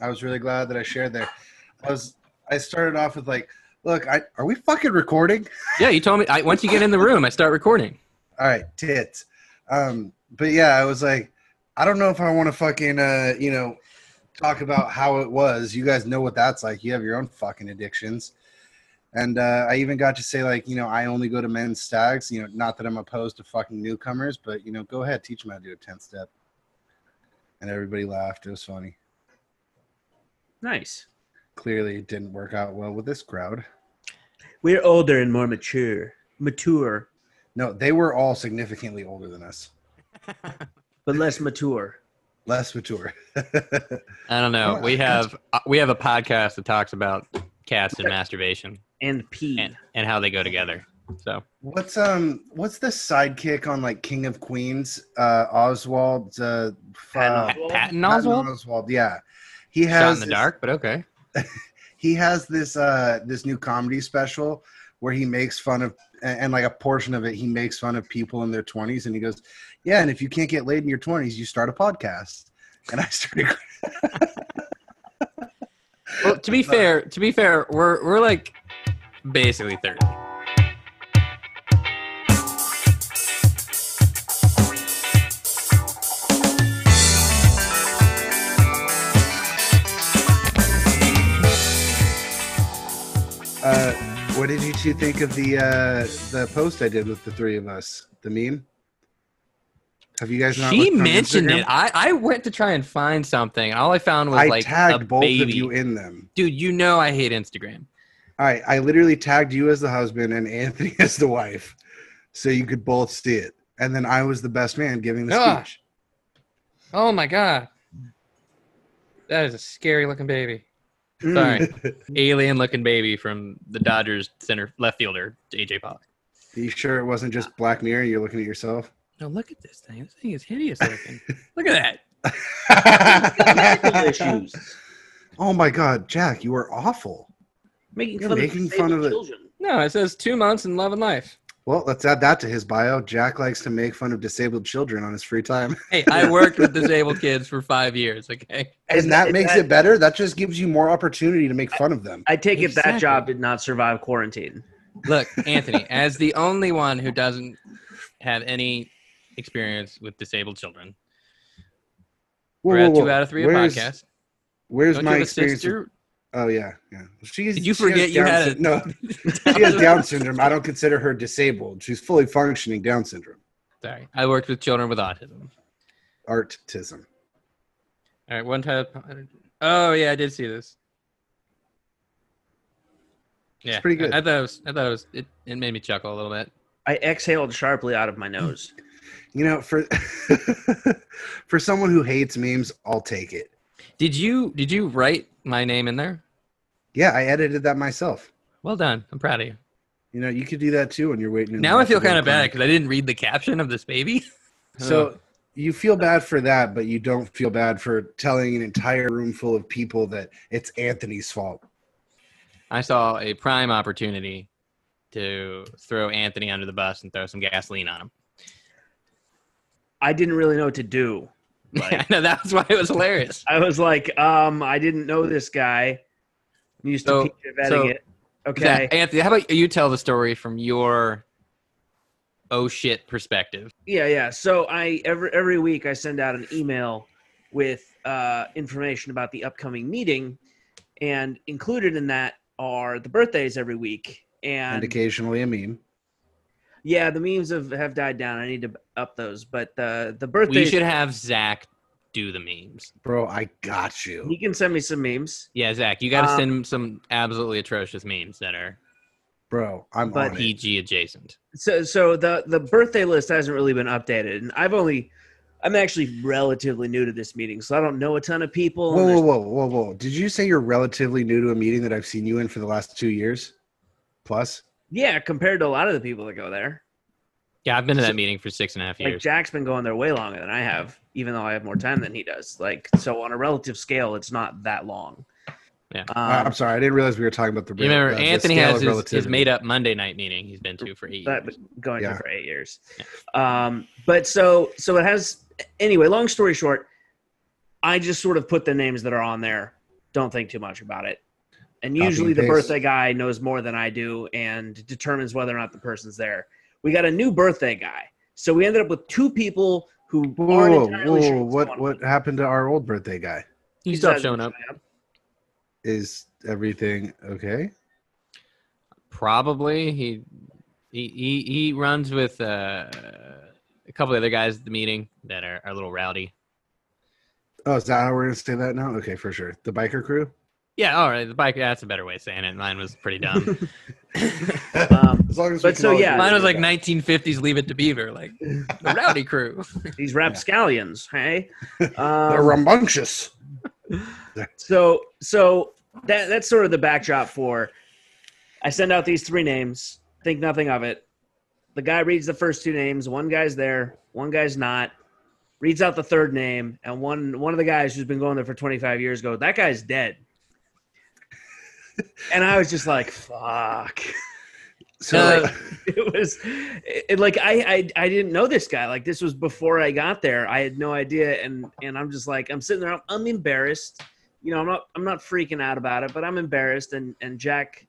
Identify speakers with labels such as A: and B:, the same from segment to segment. A: I was really glad that I shared there. I was I started off with like, look, I, are we fucking recording?
B: Yeah, you told me. I, once you get in the room, I start recording.
A: All right, tits. Um, but yeah, I was like, I don't know if I want to fucking uh, you know talk about how it was. You guys know what that's like. You have your own fucking addictions. And uh, I even got to say, like, you know, I only go to men's stags. You know, not that I'm opposed to fucking newcomers, but you know, go ahead, teach them how to do a ten step. And everybody laughed. It was funny.
B: Nice.
A: Clearly, it didn't work out well with this crowd.
C: We're older and more mature. Mature,
A: No, they were all significantly older than us,
C: but less mature.
A: less mature.
B: I don't know. We have uh, we have a podcast that talks about cats and masturbation
C: And P.
B: and, and how they go together. So
A: what's um, what's the sidekick on like King of Queens? Uh, Oswald. Uh,
C: Patton
A: fuck,
C: Oswalt?
B: Patton
A: Patton
B: Oswald
A: Oswald. Yeah, he has
B: shot in the
A: this-
B: dark, but okay.
A: he has this uh this new comedy special where he makes fun of and, and, like a portion of it he makes fun of people in their 20s and he goes yeah and if you can't get laid in your 20s you start a podcast and i started
B: Well, to be fair, to be fair, we're we're like basically thirty.
A: uh what did you two think of the uh the post i did with the three of us the meme have you guys not
B: She
A: looked on
B: mentioned
A: Instagram?
B: it. I, I went to try and find something, and all I found was
A: i
B: like a
A: tagged both
B: baby.
A: of you in them
B: Dude, you know I hate Instagram.
A: all right i literally tagged you as the husband and anthony as the wife so you could both see it and then i was the best man giving the
B: Ah.
A: speech
B: Oh my god, that is a scary looking baby.
C: Mm.
B: Sorry, alien looking baby from the Dodgers center left fielder AJ Pollock.
A: You sure it wasn't just Black Mirror? You're looking at yourself.
B: No, look at this thing. This thing is hideous looking. look at that.
C: Medical issues.
A: oh my God, Jack, you are awful.
C: Making
A: You're
C: fun
A: making
C: of,
A: fun
C: disabled
A: of it.
C: children.
B: No, it says two months in love and life.
A: Well, let's add that to his bio. Jack likes to make fun of disabled children on his free time,
B: Hey, I worked with disabled kids for five years. Okay.
A: and that
C: Is
A: makes
C: that-
A: it better. That just gives you more opportunity to make fun of them.
C: I take it
B: Exactly.
C: that job did not survive quarantine.
B: Look, Anthony, as the only one who doesn't have any experience with disabled children,
A: Whoa,
B: we're
A: whoa,
B: at
A: whoa.
B: two out of three of
A: Where's-
B: podcasts.
A: Where's
B: Don't you
A: my
B: have a
A: experience? with-
B: sister?
A: oh yeah, yeah. She's,
B: Did you
A: she has
B: forget you
A: Down
B: had
A: syn-
B: a-
A: no? She has Down syndrome. I don't consider her disabled. She's fully functioning Down syndrome.
B: Sorry, I worked with children with autism.
A: Artism.
B: All right, one time. Oh yeah, I did see this. Yeah,
A: pretty good.
B: I, I thought it was. I thought it was. It, it made me chuckle a little bit.
C: I exhaled sharply out of my nose.
A: You know, for for someone who hates memes, I'll take it.
B: Did you Did you write my name in there?
A: Yeah, I edited that myself.
B: Well done. I'm proud of you.
A: You know, you could do that too when you're waiting. in
B: Now I
A: line
B: feel
A: to go
B: kind
A: to
B: of bad
A: clinic.
B: because I didn't read the caption of this baby.
A: So you feel bad for that, but you don't feel bad for telling an entire room full of people that it's Anthony's fault.
B: I saw a prime opportunity to throw Anthony under the bus and throw some gasoline on him.
C: I didn't really know what to do.
B: I know that's why it was hilarious.
C: I was like, um, I didn't know this guy. I'm used
B: So-
C: to teacher vetting
B: so-
C: it. Okay.
B: Yeah, Anthony, how about you tell the story from your oh shit perspective?
C: Yeah, yeah. So I every every week I send out an email with uh, information about the upcoming meeting, and included in that are the birthdays every week.
A: And
C: And
A: occasionally a meme.
C: yeah, the memes have, have died down. I need to up those, but the the
B: We
C: birthdays
B: should have Zach do the memes.
A: Bro, I got you.
C: he can send me some memes.
B: Yeah, Zach, you got to
C: Um,
B: send him some absolutely atrocious memes that are
A: Bro, I'm
C: But
A: on it.
B: PG adjacent.
C: So so the the birthday list hasn't really been updated, and I've only I'm actually relatively new to this meeting, so I don't know a ton of people. and
A: Whoa,
C: there's-
A: whoa, whoa, whoa, whoa. Did you say you're relatively new to a meeting that I've seen you in for the last two years? Plus?
C: Yeah, compared to a lot of the people that go there.
B: Yeah, I've been to
C: So-
B: that meeting for six and a half
C: like
B: years.
C: Jack's been going there way longer than I have, even though I have more time than he does. Like so, on a relative scale, it's not that long.
B: Yeah.
A: Uh,
C: um,
A: I'm sorry, I didn't realize we were talking about the
B: You remember
A: uh, the
B: Anthony
A: scale
B: has
A: of
B: his, his
A: relativity.
B: made up Monday night meeting he's been to for eight
C: that
B: years.
C: going
A: Yeah.
C: to for eight years. Um, but so so it has anyway. Long story short, I just sort of put the names that are on there don't think too much about it. And
A: Copy
C: usually
A: and
C: the
A: paste.
C: birthday guy knows more than I do and determines whether or not the person's there. We got a new birthday guy. So we ended up with two people who
A: Whoa,
C: aren't
A: whoa,
C: entirely sure
A: whoa,
C: what's
A: what
C: going
A: what
C: on.
A: happened to our old birthday guy?
B: He
C: He
B: stopped
C: doesn't
B: showing up.
C: show
A: Is everything okay?
B: Probably he he he, he runs with uh, a couple other guys at the meeting that are, are a little rowdy.
A: Oh, is that how we're gonna say that now? Okay, for sure. The biker crew.
B: Yeah, all right. The bike. yeah, That's a better way of saying it. Mine was pretty dumb.
C: Um,
A: As long as
C: But
A: we can
C: so,
A: all
C: yeah.
A: agree
B: Mine was
A: with
B: like
A: that.
B: 1950s Leave It to Beaver, like the rowdy crew.
C: these rapscallions, hey?
A: They're
C: Um,
A: rambunctious.
C: So so that that's sort of the backdrop for I send out these three names, think nothing of it. The guy reads the first two names, one guy's there, one guy's not, reads out the third name, and one one of the guys who's been going there for 25 years goes, That guy's dead. And I was just like, fuck.
A: So
B: Uh,
C: It was it, it- like I, I I didn't know this guy. Like this was before I got there. I had no idea, and and I'm just like I'm sitting there. I'm, I'm embarrassed. You know, I'm not I'm not freaking out about it, but I'm embarrassed. And and Jack,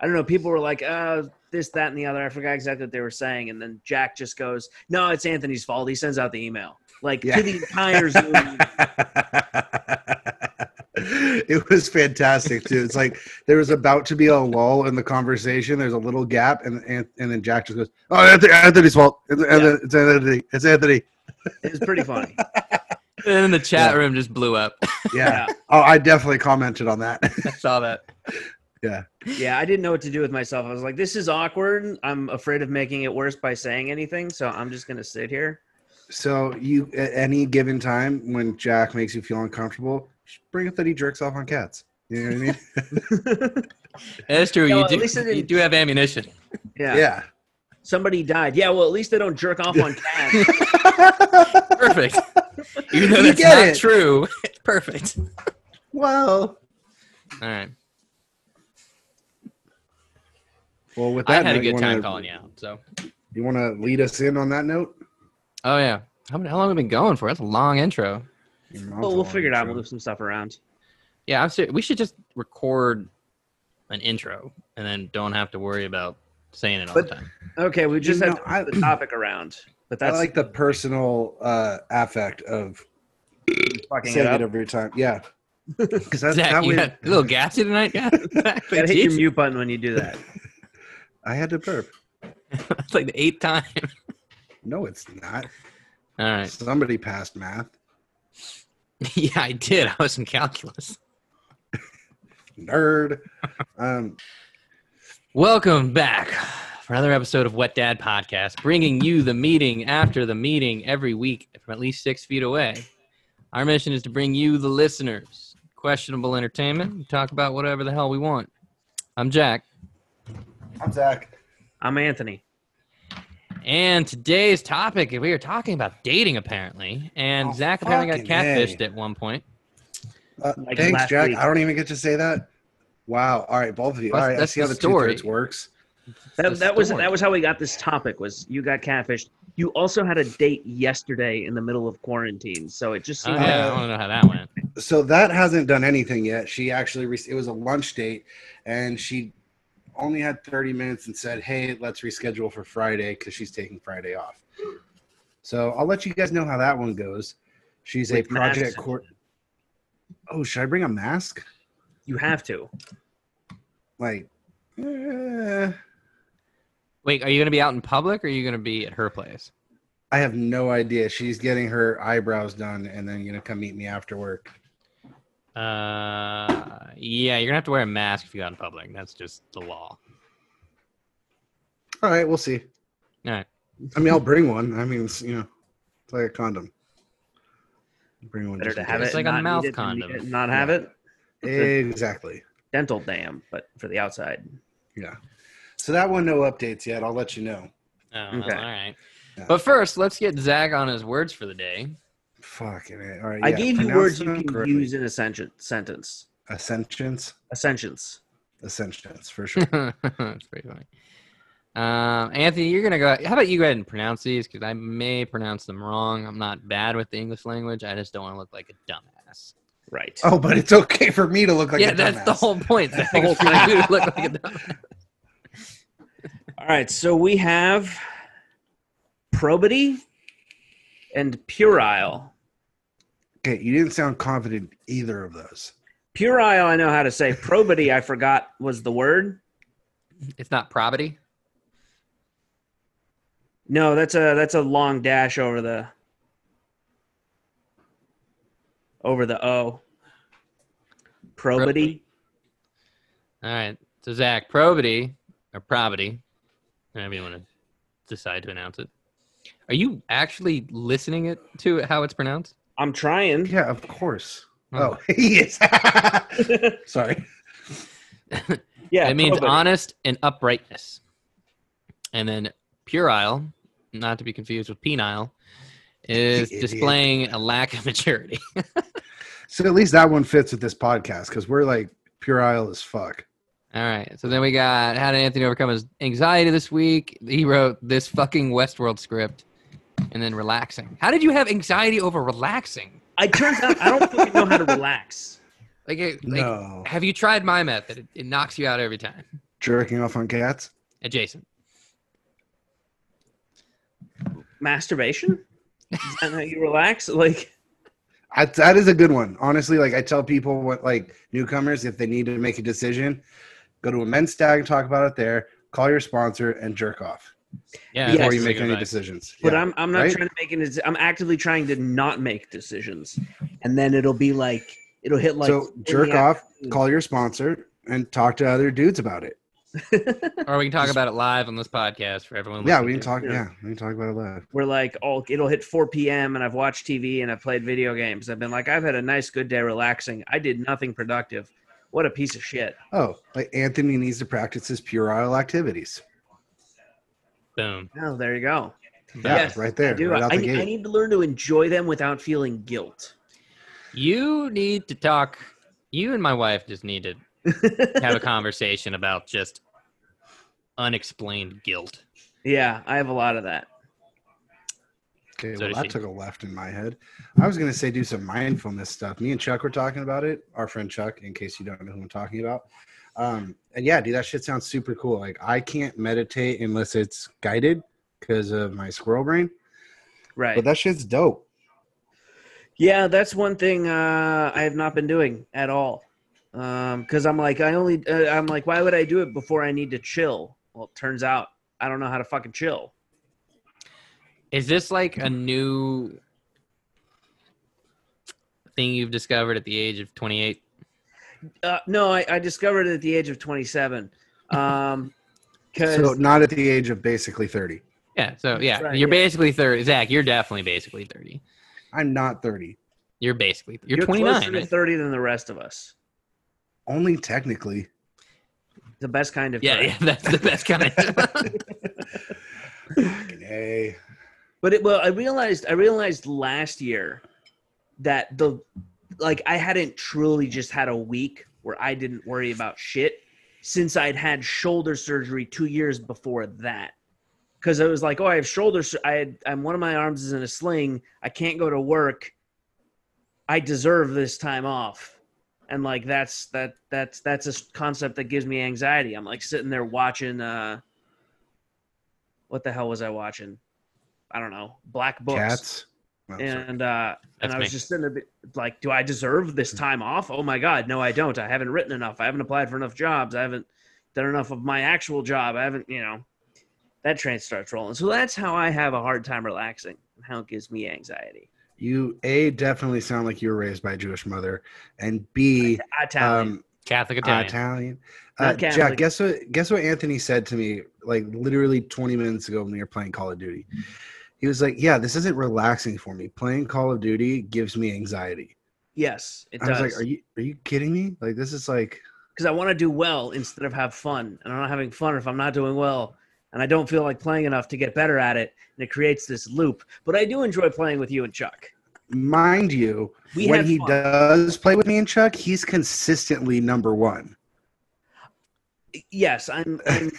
C: I don't know. People were like, uh, this, that, and the other. I forgot exactly what they were saying. And then Jack just goes, "No, it's Anthony's fault. He sends out the email like
A: Yeah.
C: to the entire Zoom."
A: it was fantastic too. It's like there was about to be a lull in the conversation. There's a little gap, and and, and then Jack just goes, "Oh, Anthony, Anthony's fault. It's, it's Anthony. It's Anthony."
C: It was pretty funny.
B: And then the chat
A: Yeah.
B: room just blew up.
A: Yeah. oh, I definitely commented on that.
B: I saw that.
C: Yeah, I didn't know what to do with myself. I was like, this is awkward. I'm afraid of making it worse by saying anything, so I'm just gonna sit here.
A: so you, at any given time when Jack makes you feel uncomfortable, just bring up that he jerks off on cats. You know what I mean?
B: That's true.
C: Yeah, well,
B: you
C: at
B: do.
C: least I
B: You
C: didn't-
B: do have ammunition.
C: Yeah.
A: yeah.
C: Somebody died. Yeah, well, at least they don't jerk off on cats.
B: Perfect. Even though
A: You
B: that's
A: get
B: not
A: it.
B: true, it's perfect.
A: well.
B: All right.
A: Well, with
B: I
A: that,
B: had a
A: note, you
B: good time
A: wanna-
B: calling you out. So.
A: You want to lead us in on that note?
B: Oh yeah. How, how long have we been going for? That's a long intro.
C: well, we'll figure it out. We'll move some stuff around.
B: Yeah, I'm serious. We should just record an intro and then don't have to worry about saying it all
A: But-
B: the time.
C: Okay, we just
A: You
C: have
A: know,
C: to move the topic around. But
A: I
C: that's
A: like the personal uh, affect of
C: fucking
A: saying
C: it
A: it,
C: up.
A: every time. Yeah, because that's
B: Zach,
A: that
B: you
A: way.
B: had a little gassy tonight, guy.
C: Gotta hit your
B: Jeez.
C: mute button when you do that.
A: I had to burp.
B: That's like the eighth time.
A: No, it's not.
B: All right.
A: Somebody passed math.
B: Yeah, I did. I was in calculus.
A: Nerd. Um,
B: Welcome back for another episode of Wet Dad Podcast, bringing you the meeting after the meeting every week from at least six feet away. Our mission is to bring you, the listeners, questionable entertainment and talk about whatever the hell we want. I'm Jack,
A: I'm Zach.
C: I'm Anthony.
B: and today's topic we are talking about dating apparently. And
A: Oh,
B: Zach apparently got
A: fucking
B: catfished at one point.
A: Uh,
C: Like
A: thanks,
C: last
A: Jack.
C: week.
A: I don't even get to say that. Wow. All right, both of you.
B: Well,
A: All right, I
B: that's
A: see
B: the
A: how the two thirds
B: story.
A: works.
B: the
C: That, that was
B: story.
C: that was how we got this topic. Was you got catfished? You also had a date yesterday in the middle of quarantine, so it just
B: Oh,
C: seemed like
B: yeah, I want to know how that went.
A: So that hasn't done anything yet. She actually re- it was a lunch date, and she only had 30 minutes and said, "Hey, let's reschedule for Friday because she's taking Friday off." So I'll let you guys know how that one goes. She's a
C: With masks
A: project
C: on.
A: court. Oh, should I bring a mask?
C: you have to.
A: Like, eh,
B: Wait, are you going to be out in public or are you going to be at her place?
A: I have no idea. She's getting her eyebrows done and then gonna come meet me after work.
B: Uh, yeah, you're gonna have to wear a mask if you go out in public. That's just the law.
A: All right, we'll see.
B: All right.
A: I mean, I'll bring one. I mean, it's, you know, it's like a condom. Bring one.
C: Better
A: just
C: to
A: in
C: have
A: case.
C: it.
B: It's like a
C: not
B: mouth
C: need it than need
B: condom.
C: it, Not have
A: Yeah.
C: it.
A: Exactly.
C: Dental dam, but for the outside.
A: Yeah. So that one, no updates yet. I'll let you know.
B: Oh,
C: Okay.
B: all right.
A: Yeah.
B: But first, let's get Zach on his words for the day.
A: Fucking it. All right.
C: I
A: yeah,
C: gave you
A: pronounce
C: words you
A: them
C: can
A: correctly.
C: use in a sentence. Sentence.
A: Ascensions.
C: A sentence.
A: Ascensions, for sure.
B: That's pretty funny. Um, Anthony, you're gonna go. How about you go ahead and pronounce these? Because I may pronounce them wrong. I'm not bad with the English language. I just don't want to look like a dumbass.
C: Right.
A: Oh, but it's okay for me to look like
B: yeah,
A: a
B: that's the
A: dumbass.
B: whole point.
A: That's the
B: That
A: whole
B: it's for you to look like a dumbass.
C: All right. So we have probity and puerile.
A: Okay, you didn't sound confident in either of those.
C: Puerile, I know how to say. Probity, I forgot was the word.
B: It's not probity.
C: No, that's a that's a long dash over the over the O. Probity.
B: All right. So Zach, probity or probity, however you want to decide to announce it. Are you actually listening it to how it's pronounced?
C: I'm trying.
A: Yeah, of course.
B: Oh.
A: Oh, he is. Sorry.
C: yeah.
B: it means
C: probity.
B: honest and uprightness. And then puerile, not to be confused with penile, is
A: Idiot.
B: displaying a lack of maturity.
A: So at least that one fits with this podcast because we're like puerile as fuck.
B: All right. So then we got how did Anthony overcome his anxiety this week? He wrote this fucking Westworld script and then relaxing. How did you have anxiety over relaxing?
C: I turns out I don't fucking know how to relax.
B: Like, it- like
A: No.
B: have you tried my method? It, it knocks you out every time.
A: Jerking off on cats?
B: Adjacent.
C: Masturbation? Is that how you relax? Like
A: I, that is a good one. Honestly, like I tell people what like newcomers if they need to make a decision, go to a men's stag and talk about it there. Call your sponsor and jerk off
B: Yeah.
A: before
C: Yes.
A: you make any
B: decision.
A: decisions.
C: But
A: Yeah.
C: I'm I'm not
A: right?
C: trying to make an. deci- I'm actively trying to not make decisions, and then it'll be like it'll hit like
A: so
C: in the
A: jerk off,
C: afternoon.
A: call your sponsor, and talk to other dudes about it.
B: Or we can talk about it live on this podcast for everyone.
A: Yeah, we
B: listening
A: can talk.
C: Yeah.
A: Yeah, we can talk about it later.
C: We're like, oh, it'll hit 4 p.m. and I've watched TV and I've played video games. I've been like, I've had a nice good day relaxing. I did nothing productive. What a piece of shit.
A: Oh, like Anthony needs to practice his puerile activities.
B: to. Boom.
C: Oh, there you go.
A: Yeah,
C: Yes,
A: right
C: I
A: there,
C: do.
A: right out
C: I,
A: the
C: I
A: gate.
C: need to learn to enjoy them without feeling guilt.
B: You need to talk. You and my wife just need to have a conversation about just unexplained guilt.
C: yeah, I have a lot of that.
A: Okay,
B: So
A: well,
B: does she.
A: that took a left in my head. I was going to say do some mindfulness stuff. Me and Chuck were talking about it, our friend Chuck, in case you don't know who I'm talking about. Um, and yeah, dude, that shit sounds super cool. Like, I can't meditate unless it's guided because of my squirrel brain,
C: Right.
A: but that shit's dope.
C: Yeah, that's one thing uh, I have not been doing at all. Because I'm like, I only, uh, I'm like, why would I do it before I need to chill? Well, it turns out I don't know how to fucking chill.
B: Is this like a new thing you've discovered at the age of 28?
C: Uh, no, I, I discovered it at the age of 27. Um, cause,
A: So, not at the age of basically 30.
B: Yeah. So, yeah,
C: Right,
B: you're
C: yeah.
B: basically 30. Zach, you're definitely basically 30.
A: I'm not 30.
B: You're basically, you're,
C: closer
B: 29.
C: to
B: right?
C: 30 than the rest of us.
A: Only technically.
C: The best kind of
B: Yeah,
C: time.
B: yeah, that's the best kind.
A: Fucking A.
C: But it, well, I realized I realized last year that the like I hadn't truly just had a week where I didn't worry about shit since I'd had shoulder surgery two years before that. Because I was like, oh, I have shoulder. Sur- I had, I'm one of my arms is in a sling. I can't go to work. I deserve this time off, and like that's that that's that's a s- concept that gives me anxiety. I'm like sitting there watching. uh What the hell was I watching? I don't know. Black books
A: Cats. Oh, sorry.
C: and uh, and
B: That's
C: I was
B: me.
C: just in a bit like, do I deserve this
A: Mm-hmm.
C: time off? Oh my god, no, I don't. I haven't written enough. I haven't applied for enough jobs. I haven't done enough of my actual job. I haven't, you know, that train starts rolling. So that's how I have a hard time relaxing and how it gives me anxiety.
A: You, A, definitely sound like you were raised by a Jewish mother, and B,
C: I tell you.
A: um,
B: Catholic
A: Italian.
B: Italian.
A: Uh,
C: Not
A: Jack,
C: Catholic.
A: guess what? Guess what? Anthony said to me like literally 20 minutes ago when we were playing Call of Duty. He was like, "Yeah, this isn't relaxing for me. Playing Call of Duty gives me anxiety."
C: yes, it
A: I was
C: does.
A: like, "Are you are you kidding me? Like this is like
C: because I want to do well instead of have fun. And I'm not having fun if I'm not doing well. And I don't feel like playing enough to get better at it. And it creates this loop. But I do enjoy playing with you and Chuck.
A: mind you,
C: We
A: when
C: had
A: he
C: fun.
A: does play with me and Chuck, he's consistently number 1."
C: yes, I'm I'm,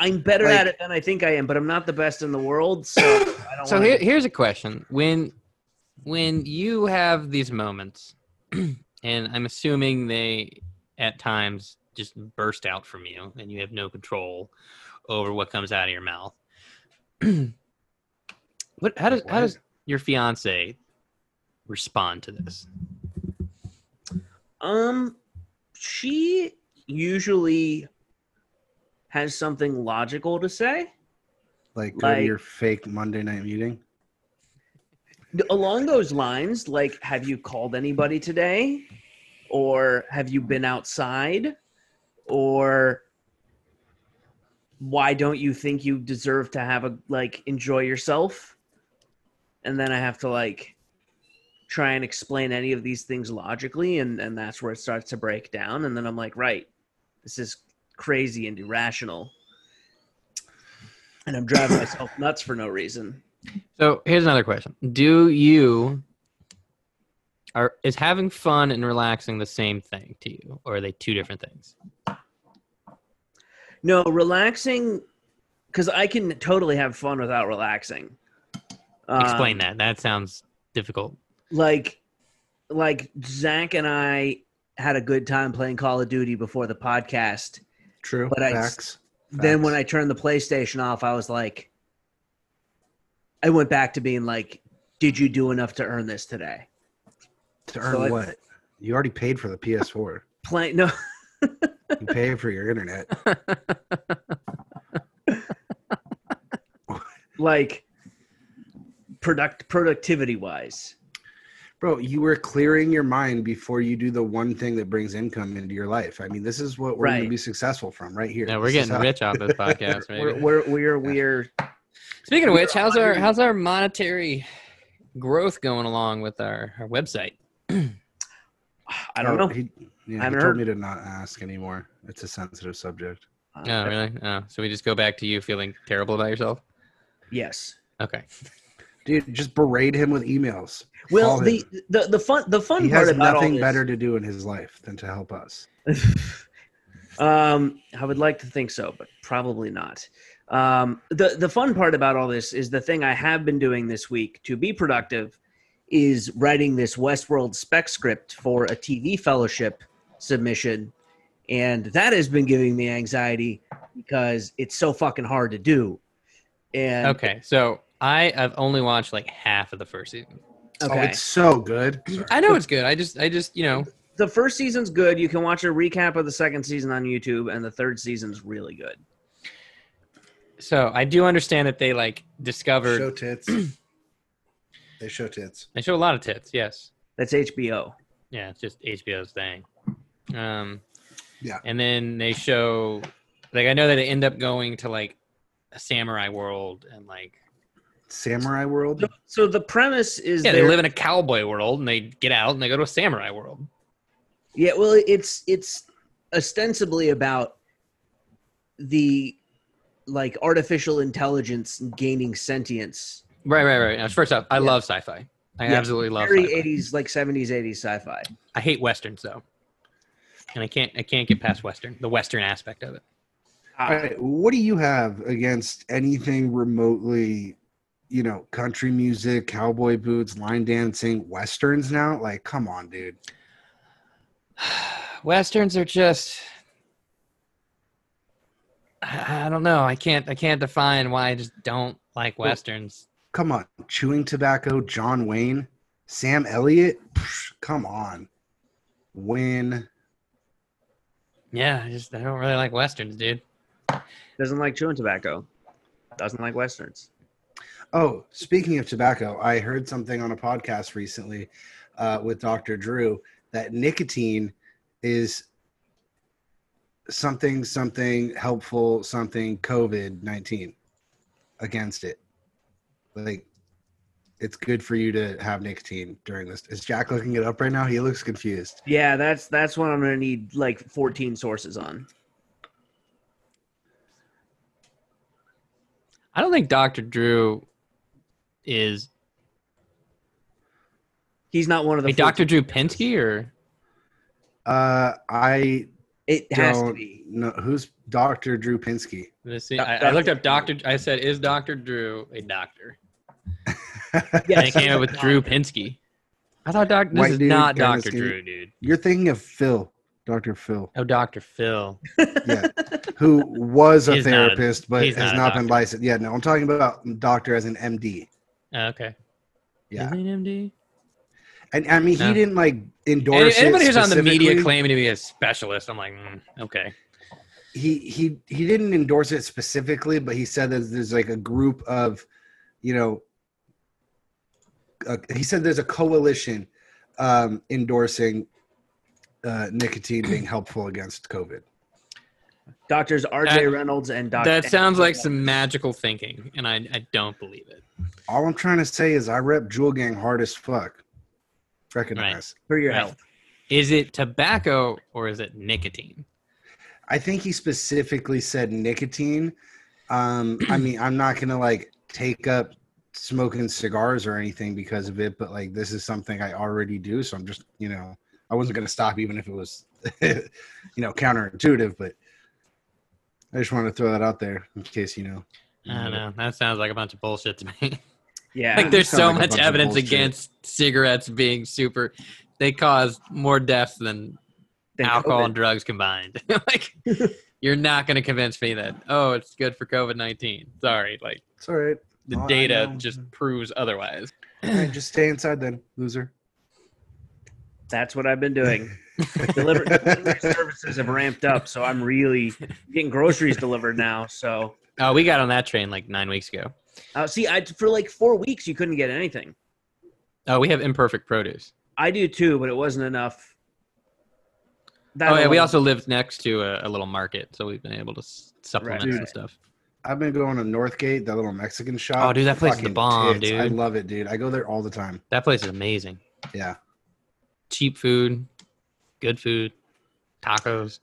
C: I'm better
A: Like-
C: at it than I think I am, but I'm not the best in the world. So I don't
B: So
C: wanna,
B: here, here's a question: when when you have these moments and I'm assuming they at times just burst out from you and you have no control over what comes out of your mouth. what how does how
A: What?
B: does your fiance respond to this?
C: Um, she usually has something logical to say
A: Like, go to
C: Like-
A: your fake Monday night meeting.
C: along those lines. Like, have you called anybody today? Or have you been outside? Or why don't you think you deserve to have a like enjoy yourself? And then I have to like try and explain any of these things logically and and that's where it starts to break down and then I'm like, right, this is crazy and irrational. And I'm driving myself nuts for no reason.
B: So here's another question: Do you are is having fun and relaxing the same thing to you, or are they two different things?
C: No, relaxing because I can totally have fun without relaxing.
B: Explain that.
C: Um,
B: That sounds difficult.
C: Like, like Zach and I had a good time playing Call of Duty before the podcast.
A: True.
C: But I-
A: Facts.
C: Then
A: Facts.
C: when I turned the PlayStation off, I was like, I went back to being like, "Did you do enough to earn this today?"
A: to
C: so I-
A: earn what? You already paid for the PS4.
C: Play no,
A: You pay for your internet.
C: like product productivity wise.
A: Bro, you were clearing your mind before you do the one thing that brings income into your life. I mean, this is what we're going
C: Right.
A: to be successful from right here.
B: No, we're
A: This is
B: getting
A: how-
B: rich off this podcast.
C: We're
B: Maybe.
C: we're we're we're
B: Speaking of
C: we're
B: which, how's our
C: on-
B: how's our monetary growth going along with our, our website?
C: I don't
A: Oh,
C: know.
A: He, yeah, he
C: haven't
A: told
C: heard.
A: me to not ask anymore. It's a sensitive subject.
B: Oh, really? Oh, so we just go back to you feeling terrible about yourself?
C: Yes.
B: Okay.
A: Dude, just berate him with emails.
C: Well,
A: Call
C: the,
A: him.
C: the the fun the fun
A: he
C: part
A: has
C: about all
A: nothing
C: this,
A: better to do in his life than to help us.
C: um, I would like to think so, but probably not. Um, the the fun part about all this is the thing I have been doing this week to be productive is writing this Westworld spec script for a TV fellowship submission, and that has been giving me anxiety because it's so fucking hard to do. And
B: Okay. So I have only watched like half of the first season.
A: Oh,
C: okay.
A: it's so good.
B: I know it's good. I just I just you know
C: the first season's good. You can watch a recap of the second season on YouTube, and the third season's really good.
B: so I do understand that they like discovered
A: Show tits. they show tits.
B: They show a lot of tits. Yes.
C: That's HBO.
B: Yeah, it's just HBO's thing. Um,
A: Yeah.
B: And then they show, like, I know that they end up going to like a samurai world and like,
A: Samurai World.
C: So- So the premise is
B: yeah, they
C: there-
B: live in a cowboy world and they get out and they go to a samurai world.
C: yeah. Well, it's it's ostensibly about the like artificial intelligence gaining sentience.
B: Right, right, right. Now, first off, I
C: Yeah.
B: love sci-fi. I
C: Yeah,
B: absolutely love.
C: Very
B: sci-fi.
C: eighties, like seventies, eighties sci-fi.
B: I hate westerns though, and I can't. I can't get past western. The western aspect of it. Ah.
A: All right, what do you have against anything remotely, you know, country music, cowboy boots, line dancing, westerns now? Like, come on, dude.
B: Westerns are just I I don't know. I can't I can't define why I just don't like
A: Well-
B: westerns.
A: Come on. Chewing Tobacco, John Wayne, Sam Elliott? Psh, come on. Win.
B: Yeah, I just I don't really like westerns, dude.
C: Doesn't like chewing tobacco. Doesn't like westerns.
A: Oh, speaking of tobacco, I heard something on a podcast recently uh, with Dr. Drew that nicotine is something, something helpful, something COVID 19 against it. Like, it's good for you to have nicotine during this. Is Jack looking it up right now? He looks confused.
C: Yeah, that's that's what I'm gonna need like fourteen sources on.
B: I don't think Dr. Drew is
C: He's not one of the
B: Hey, Dr. Drew Pinsky or
A: Uh, I
C: It has to
A: don't
C: be.
A: know who's Dr. Drew Pinsky.
B: let's see.
C: Doc-
B: I, I looked up
C: Dr.
B: Dr. I said, is Dr. Drew a doctor?
C: Yes,
B: and it came up
C: he's
B: with
C: a
B: Drew
C: doctor.
B: Pinsky. I thought Doc. This
A: White
B: is
A: dude,
B: not
A: kinda
B: Doctor
A: skinny.
B: Drew, dude.
A: You're thinking of Phil, Dr. Phil,
B: Oh, Doctor Phil.
A: yeah, who was a
B: He's not a-
A: therapist but
B: he's
A: has
B: not
A: not,
B: a
A: been
B: doctor.
A: licensed. Yeah, no, I'm talking about doctor as an MD.
B: Oh, okay.
A: Yeah.
B: Is he an MD?
A: And I mean,
B: No.
A: he didn't like endorse
B: Any- anybody
A: it
B: who's on the media
A: specifically.
B: claiming to be a specialist, I'm like, mm, okay.
A: he he he didn't endorse it specifically, but he said that there's like a group of, you know, uh, he said there's a coalition um, endorsing uh, nicotine being helpful against COVID.
C: Doctors R.J.
B: That-
C: Reynolds and Doctor.
B: That sounds like some magical thinking, and I, I don't believe it.
A: All I'm trying to say is I rep Jewel Gang hard as fuck. Recognize.
C: for your
B: Right.
C: health.
B: Is it tobacco or is it nicotine?
A: I think he specifically said nicotine. Um, I mean, I'm not gonna like take up smoking cigars or anything because of it, but like this is something I already do, so I'm just you know I wasn't gonna stop even if it was you know counterintuitive, but I just wanted to throw that out there in case you know.
B: I
A: Mm-hmm.
B: don't know. That sounds like a bunch of bullshit to me.
C: Yeah.
B: like there's
A: sounds
B: so
A: like a
B: much
A: bunch of
B: evidence
A: bullshit.
B: against cigarettes being super. They cause more deaths than
C: than
B: alcohol
C: COVID.
B: and drugs combined. like you're not going to convince me that oh, it's good for COVID nineteen. Sorry, like
A: It's all right.
B: the
A: Well, I
B: data
A: know.
B: just proves otherwise.
A: All right, just stay inside then, loser.
C: That's what I've been doing. Deliver- delivery services have ramped up, so I'm really getting groceries delivered now. So,
B: Oh, we got on that train like nine weeks ago.
C: uh, see, I for like four weeks you couldn't get anything.
B: Oh, we have imperfect produce.
C: I do too, but it wasn't enough. That
B: oh yeah, we
C: alone-
B: also lived next to a, a little market, so we've been able to s- supplement
C: Right,
B: some
C: right.
B: stuff.
A: I've been going to Northgate, that little Mexican shop.
B: Oh, dude, that place is the
A: Fucking
B: bomb,
A: tits. I
B: dude.
A: love it, dude. I go there all the time.
B: That place is amazing.
A: Yeah.
B: Cheap food, good food, tacos.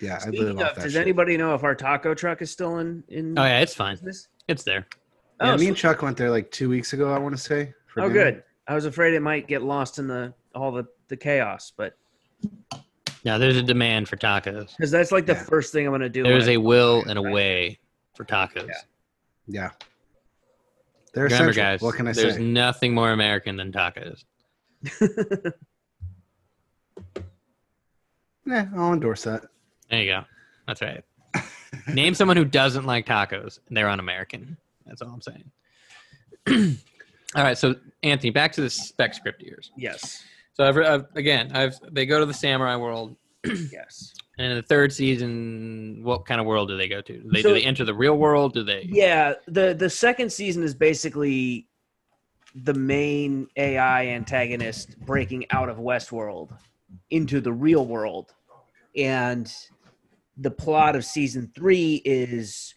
A: Yeah, I live
C: Speaking
A: off
C: of,
A: that
C: does
A: shit.
C: anybody know if our taco truck is still in in
B: Oh yeah, it's fine.
C: business?
B: It's there.
A: Yeah,
C: Oh,
A: me
C: so-
A: and Chuck went there like two weeks ago. I want to say. for
C: oh,
A: dinner.
C: good. I was afraid it might get lost in the all the the chaos, but
B: No, there's a demand for tacos.
C: because that's like the
A: Yeah.
C: first thing I'm gonna do.
B: There's
C: when
B: a will and a way for tacos.
C: Yeah.
A: Yeah. They're
B: Remember,
A: essential.
B: guys,
A: what can I
B: there's
A: say?
B: nothing more American than tacos.
A: Nah, I'll endorse that.
B: There you go. That's right. Name someone who doesn't like tacos. They're un-American. That's all I'm saying. all right. So Anthony, back to the spec script years.
C: yes,
B: So I've, I've again, I've they go to the samurai world,
C: yes.
B: and in the third season, what kind of world do they go to? Do they
C: So-
B: do they enter the real world? Do they?
C: Yeah, the the second season is basically the main AI antagonist breaking out of Westworld into the real world. And the plot of season 3 is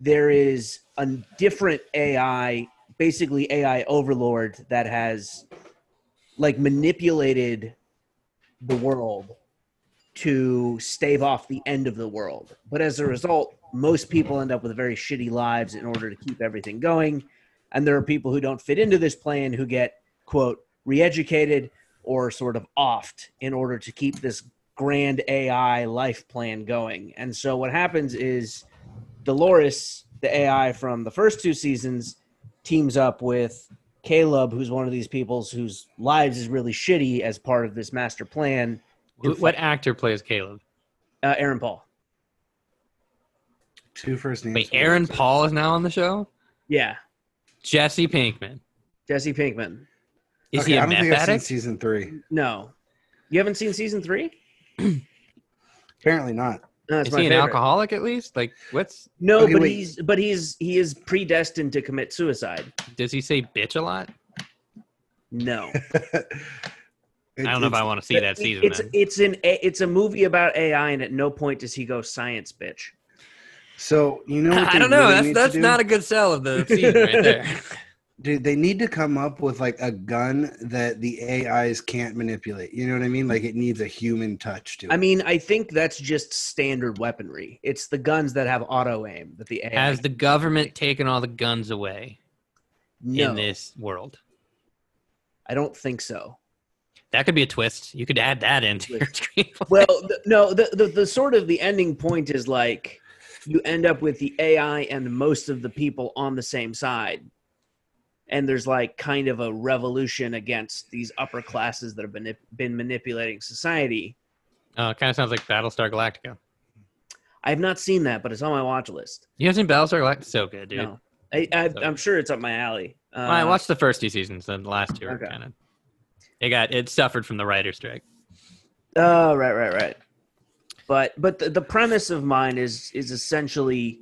C: there is a different AI, basically AI overlord that has like manipulated the world to stave off the end of the world. But as a result, most people end up with very shitty lives in order to keep everything going. And there are people who don't fit into this plan who get, quote, re educated or sort of offed in order to keep this grand AI life plan going. And so what happens is Dolores, the AI from the first two seasons, teams up with Caleb, who's one of these people's whose lives is really shitty as part of this master plan.
B: Who- what actor plays Caleb?
C: Uh, Aaron Paul.
A: Two first names.
B: Wait, Aaron Paul is now on the show.
C: Yeah,
B: Jesse Pinkman.
C: Jesse Pinkman.
B: Is
A: Okay,
B: he
A: I
B: a
A: don't
B: meth
A: think I've seen
B: addict?
A: season three.
C: No, you haven't seen season three.
A: Apparently not.
C: No, that's
B: Is
C: my
B: he an
C: favorite.
B: alcoholic at least? Like, what's
C: No,
A: Okay,
C: but
A: wait.
C: he's but he's he is predestined to commit suicide.
B: does he say bitch a lot?
C: No,
B: I don't know if I want to see that season.
C: It's
B: then.
C: it's an A- it's a movie about AI, and at no point does he go science bitch.
A: So you know, what
B: I
A: they
B: don't know.
A: really
B: that's
A: need to
B: that's
A: do?
B: not a good sell of the season right there.
A: Dude, they need to come up with like a gun that the AIs can't manipulate. You know what I mean? Like it needs a human touch to it.
C: I mean, I think that's just standard weaponry. It's the guns that have auto aim that the AI.
B: Has the government taken all the guns away
C: no,
B: in this world?
C: I don't think so.
B: That could be a twist. You could add that into your screenplay.
C: Well, the, no, the, the the sort of the ending point is like you end up with the AI and most of the people on the same side. and there's like kind of a revolution against these upper classes that have been been manipulating society.
B: Uh, kind of sounds like Battlestar Galactica.
C: I've not seen that, but it's on my watch list.
B: You haven't seen Battlestar Galactica? So good, dude.
C: No. I, I, I'm sure it's up my alley.
B: Well,
C: Uh,
B: I watched the first two seasons, then the last two are
C: Okay.
B: kind of. It got it suffered from the writer's strike.
C: Oh, right, right, right. But but the, the premise of mine is is essentially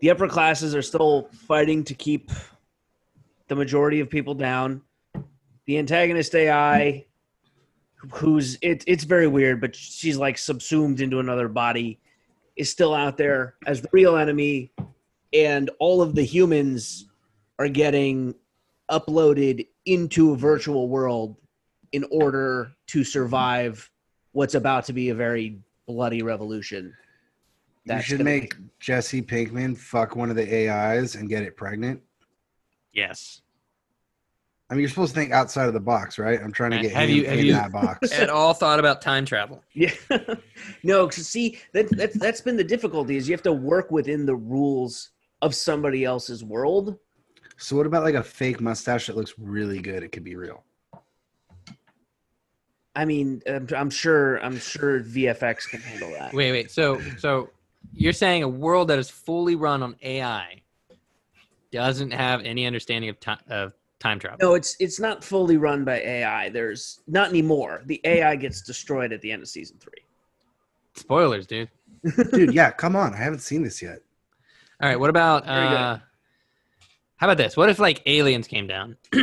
C: the upper classes are still fighting to keep the majority of people down. The antagonist AI, who's it, it's very weird, but she's like subsumed into another body, is still out there as the real enemy, and all of the humans are getting uploaded into a virtual world in order to survive what's about to be a very bloody revolution.
A: You
C: That's
A: should
C: gonna-
A: make Jesse Pinkman fuck one of the AIs and get it pregnant.
B: Yes.
A: I mean, you're supposed to think outside of the box, right? I'm trying to
B: Uh,
A: get
B: have
A: him
B: you- have
A: in
B: you-
A: that box.
B: At all thought about time travel?
C: Yeah. no, 'cause see, that, that's that's been the difficulty is you have to work within the rules of somebody else's world.
A: So what about like a fake mustache that looks really good? It could be real.
C: I mean, I'm, I'm sure I'm sure VFX can handle that.
B: Wait, wait. So, so you're saying a world that is fully run on AI doesn't have any understanding of time of time travel?
C: No, it's it's not fully run by AI. There's not anymore. The AI gets destroyed at the end of season three.
B: Spoilers, dude.
A: Dude, yeah, come on. I haven't seen this yet.
B: All right. What about?
C: Very good.
B: Uh, how about this? What if like aliens came down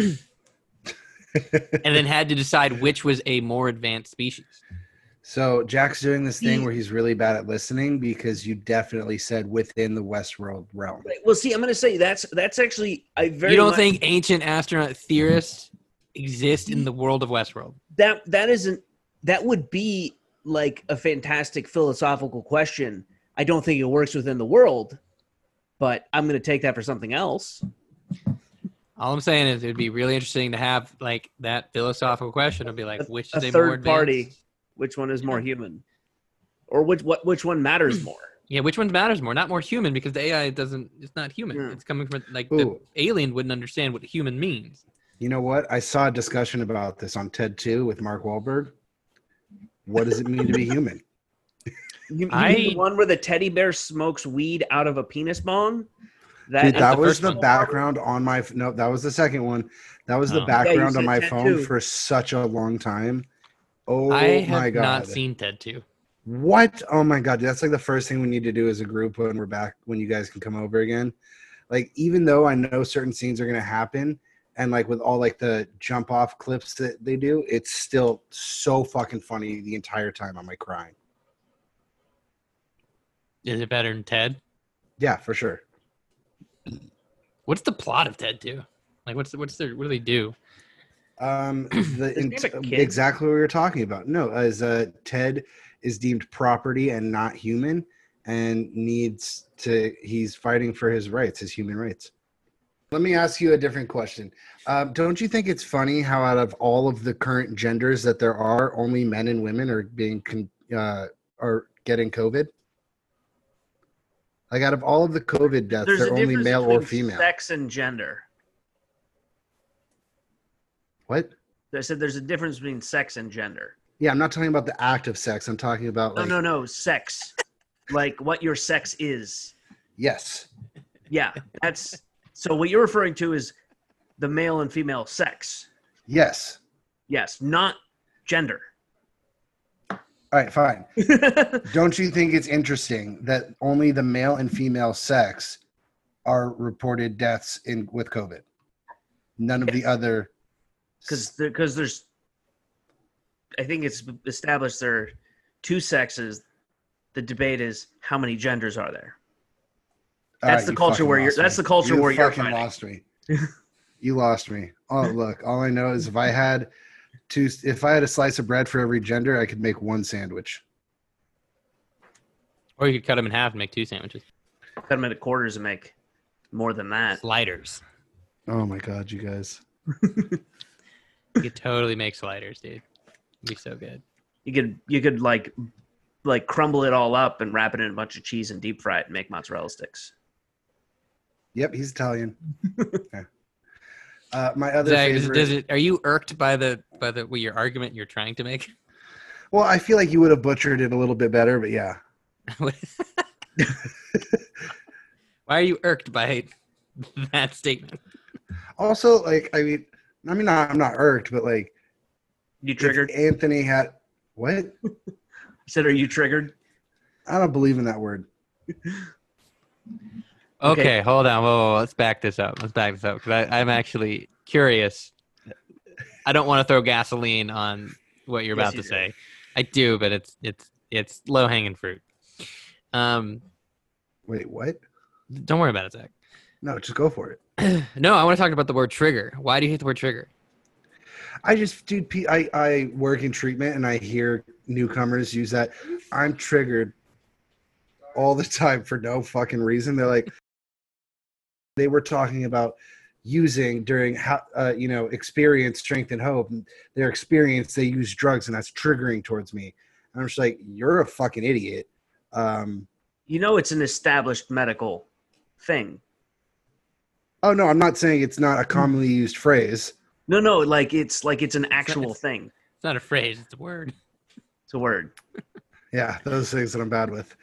B: and then had to decide which was a more advanced species?
A: So Jack's doing this thing
C: See-
A: where he's really bad at listening because you definitely said within the Westworld realm.
C: Right. Well, see, I'm going to say that's that's actually I very
B: you don't
C: much-
B: think ancient astronaut theorists exist in the world of Westworld?
C: that that isn't that would be like a fantastic philosophical question. I don't think it works within the world, but I'm going to take that for something else.
B: All I'm saying is it'd be really interesting to have like that philosophical question. I'd be like, which
C: a
B: is a more
C: third
B: advanced?
C: party. Which one is more human, or which what which one matters more?
B: Yeah, which one matters more? Not more human because the AI doesn't. It's not human.
C: Yeah.
B: It's coming from like
A: Hmm. Ooh.
B: the alien wouldn't understand what human means.
A: You know what? I saw a discussion about this on TED 2 with Mark Wahlberg. What does it mean to be human?
C: You, you mean
B: I-
C: the one where the teddy bear smokes weed out of a penis bone.
A: Dude,
B: was
A: that
B: the
A: was
B: first
A: the
B: one.
A: background on my f- no, that was the second one. That was
B: Oh.
A: the
B: Yeah,
C: you
A: background
C: said
A: on my
C: TED
A: phone
C: 2.
A: for such a long time. Oh
B: I have
A: my god.
B: not seen Ted Two.
A: What? Oh my god, that's like the first thing we need to do as a group when we're back when you guys can come over again. Like even though I know certain scenes are going to happen and like with all like the jump off clips that they do, it's still so fucking funny the entire time I'm like crying.
B: Is it better than Ted?
A: Yeah, for sure.
B: What's the plot of Ted Two? Like, what's what's their what do they do?
A: Um the
C: Isn't it a
A: int-
C: kid?
A: exactly what we were talking about. No, as uh Ted is deemed property and not human and needs to he's fighting for his rights, his human rights. Let me ask you a different question. Um, don't you think it's funny how, out of all of the current genders that there are, only men and women are being con- uh, are getting COVID? Like, out of all of the COVID deaths,
C: There's a
A: they're only
C: difference
A: male or
C: between
A: female.
C: sex and gender.
A: what?
C: I said there's a difference between sex and gender.
A: Yeah, I'm not talking about the act of sex. I'm talking about
C: No,
A: like
C: no, no, sex. like what your sex is.
A: yes,
C: Yeah, that's so. What you're referring to is the male and female sex.
A: yes.
C: Yes, not gender.
A: All right, fine.
C: yeah,
A: Don't you think it's interesting that only the male and female sex are reported deaths in with COVID? None of the other
C: because because there's, I think it's established there are two sexes. The debate is how many genders are there.
A: All
C: That's the
A: you
C: culture
A: fucking
C: where you're-
A: lost
C: that's
A: me.
C: the culture
A: you
C: where you're
A: fucking
C: fighting.
A: lost me. you lost me. Oh look, all I know is if I had two, if I had a slice of bread for every gender, I could make one sandwich.
B: Or you could cut them in half and make two sandwiches.
C: Cut them into quarters and make more than
A: Uh.
C: that.
B: Sliders.
A: Oh my god, you guys!
B: You could totally make sliders, dude. It'd be so good.
C: You could you could like like crumble it all up and wrap it in a bunch of cheese and deep fry it and make mozzarella sticks.
A: Yep, he's Italian. Yeah. Uh, my other
B: Zach, does,
A: favorite.
B: does it, are you irked by the by the well, your argument you're trying to make?
A: well, I feel like you would have butchered it a little bit better, but yeah.
B: Why are you irked by that statement?
A: Also, like, I mean, I mean, not, I'm not irked, but like,
C: You
A: if
C: triggered?
A: Anthony had what?
C: I said, are you triggered?
A: I don't believe in that word.
B: Okay,
C: Okay.
B: hold on. Whoa, whoa, whoa, let's back this up. Let's back this up because I'm actually curious. I don't want to throw gasoline on what you're
C: Yes,
B: about to
C: you do.
B: say. I do, but it's it's it's low hanging fruit. Um,
A: Wait, what?
B: don't worry about it, Zach.
A: No, just go for it.
B: no, I want to talk about the word trigger. Why do you hate the word trigger?
A: I just, dude, P- I, I work in treatment and I hear newcomers use that. I'm triggered all the time for no fucking reason. They're like, they were talking about using during how uh, you know experience strength and hope and their experience they use drugs and that's triggering towards me and i'm just like you're a fucking idiot um
C: You know it's an established medical thing.
A: oh no i'm not saying it's not a commonly used phrase
C: No, no, like it's like it's an actual thing.
B: It's not a phrase; it's a word.
C: It's a word.
A: yeah those things that i'm bad with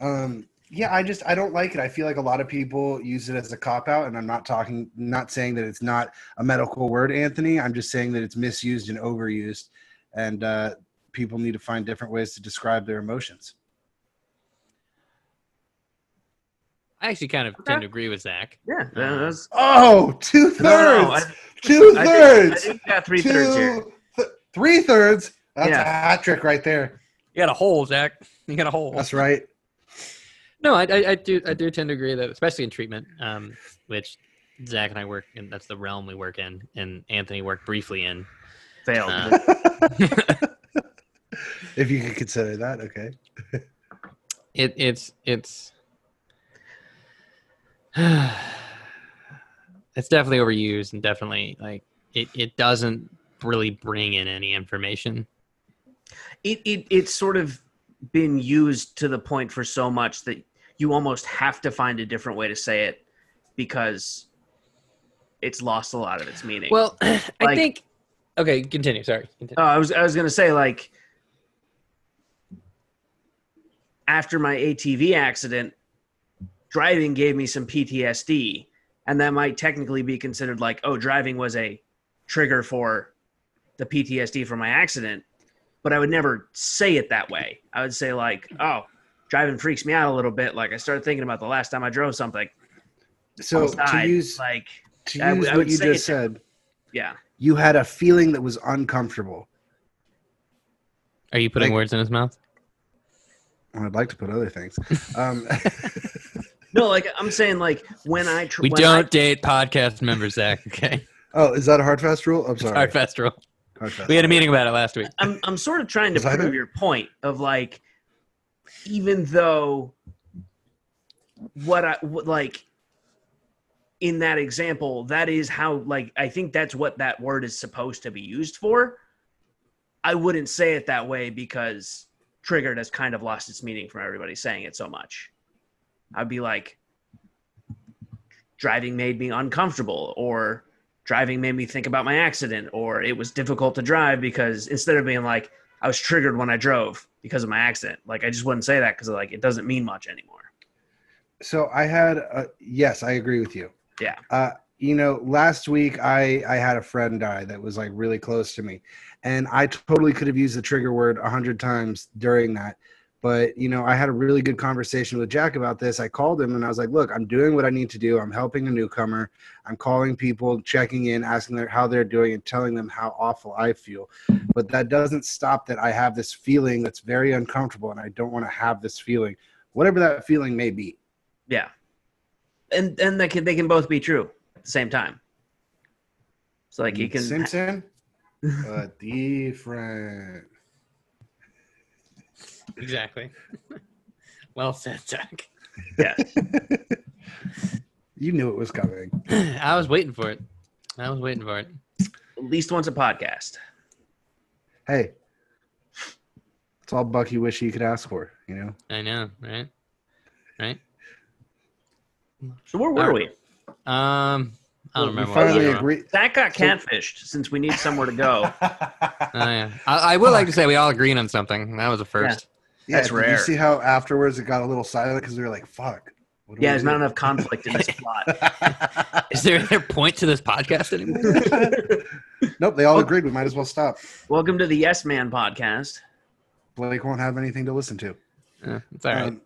A: um yeah i just i don't like it i feel like a lot of people use it as a cop out and i'm not talking not saying that it's not a medical word anthony i'm just saying that it's misused and overused and uh people need to find different ways to describe their emotions
B: I actually kind of tend to agree with Zach.
C: Yeah. That's,
A: oh two thirds
C: No, no, I-
A: two
C: I think- I
A: thirds
C: think we got three thirds here.
A: three thirds that's
C: Yeah.
A: a hat trick right there
B: You got a hole, Zach. You got a hole.
A: that's right
B: No, I, I, I do. I do tend to agree that, especially in treatment, um, which Zach and I work, in that's the realm we work in, and Anthony worked briefly in.
C: Failed.
A: Uh-huh.
B: Uh,
A: if you could consider that okay
B: It, it's, it's, it's definitely overused, and definitely like it, it doesn't really bring in any information.
C: it, it it's sort of been used to the point for so much that you almost have to find a different way to say it because it's lost a lot of its meaning.
B: Well, I
C: Like-
B: think. Okay, continue. Sorry. Continue.
C: Oh, I was I was gonna say like after my ATV accident, driving gave me some PTSD, and that might technically be considered like oh driving was a trigger for the PTSD from my accident, but I would never say it that way. I would say like oh driving freaks me out a little bit. Like I started thinking about the last time I drove something.
A: so
C: almost
A: to
C: died.
A: use
C: like
A: to
C: I
A: use
C: would- I
A: what
C: would
A: you
C: say
A: just
C: it-
A: said
C: yeah
A: you had a feeling that was uncomfortable
B: Are you putting
A: like-
B: words in his mouth?
A: Well, I'd like to put other things. Um,
C: no like I'm saying like when I tr-
B: We
C: when I-
B: don't date podcast members, Zach. Okay.
A: oh, is that a hard fast rule? I'm sorry.
B: Our festival.
A: Hard fast.
B: We had a meeting about it last week.
C: I'm I'm sort of trying to
A: Was I
C: prove
A: there?
C: your point of like, even though what I what, like in that example, that is how like I think that's what that word is supposed to be used for. I wouldn't say it that way because triggered has kind of lost its meaning from everybody saying it so much. I'd be like, driving made me uncomfortable, or driving made me think about my accident, or it was difficult to drive because instead of being like, I was triggered when I drove because of my accident, like I just wouldn't say that because like it doesn't mean much anymore.
A: So I had, a, yes, I agree with you.
C: Yeah.
A: Uh, you know, last week I I had a friend die that was like really close to me, and I totally could have used the trigger word a hundred times during that. But you know, I had a really good conversation with Jack about this. I called him and I was like, "Look, I'm doing what I need to do. I'm helping a newcomer. I'm calling people, checking in, asking them how they're doing, and telling them how awful I feel. But that doesn't stop that I have this feeling that's very uncomfortable, and I don't want to have this feeling, whatever that feeling may be."
C: Yeah, and and they can they can both be true at the same time. It's like you can
A: Simpson, but different.
B: Exactly. well said, Zach.
C: yeah.
A: You knew it was coming.
B: I was waiting for it. I was waiting for it.
C: at least once a podcast.
A: Hey, it's all Bucky wish he could ask for. You know,
B: I know, right?
C: So where were
B: Alright. Um, I don't remember.
A: we
B: what was
A: finally
B: going on.
A: agreed.
C: That got catfished since we need somewhere to go.
B: Oh, yeah. I, I would like to say we all agreed on something. That was a first.
A: Yeah,
C: That's
A: did
C: rare.
A: You see how afterwards it got a little silent because we were like, "Fuck." What do
C: Yeah,
A: we
C: there's
A: do?
C: not enough conflict in this plot.
B: Is there a point to this podcast anymore?
A: nope,
C: Oh.
A: they all agreed. We might as well stop.
C: Welcome to the Yes Man podcast.
A: Blake won't have anything to listen to.
B: Eh, it's all right.
A: Um,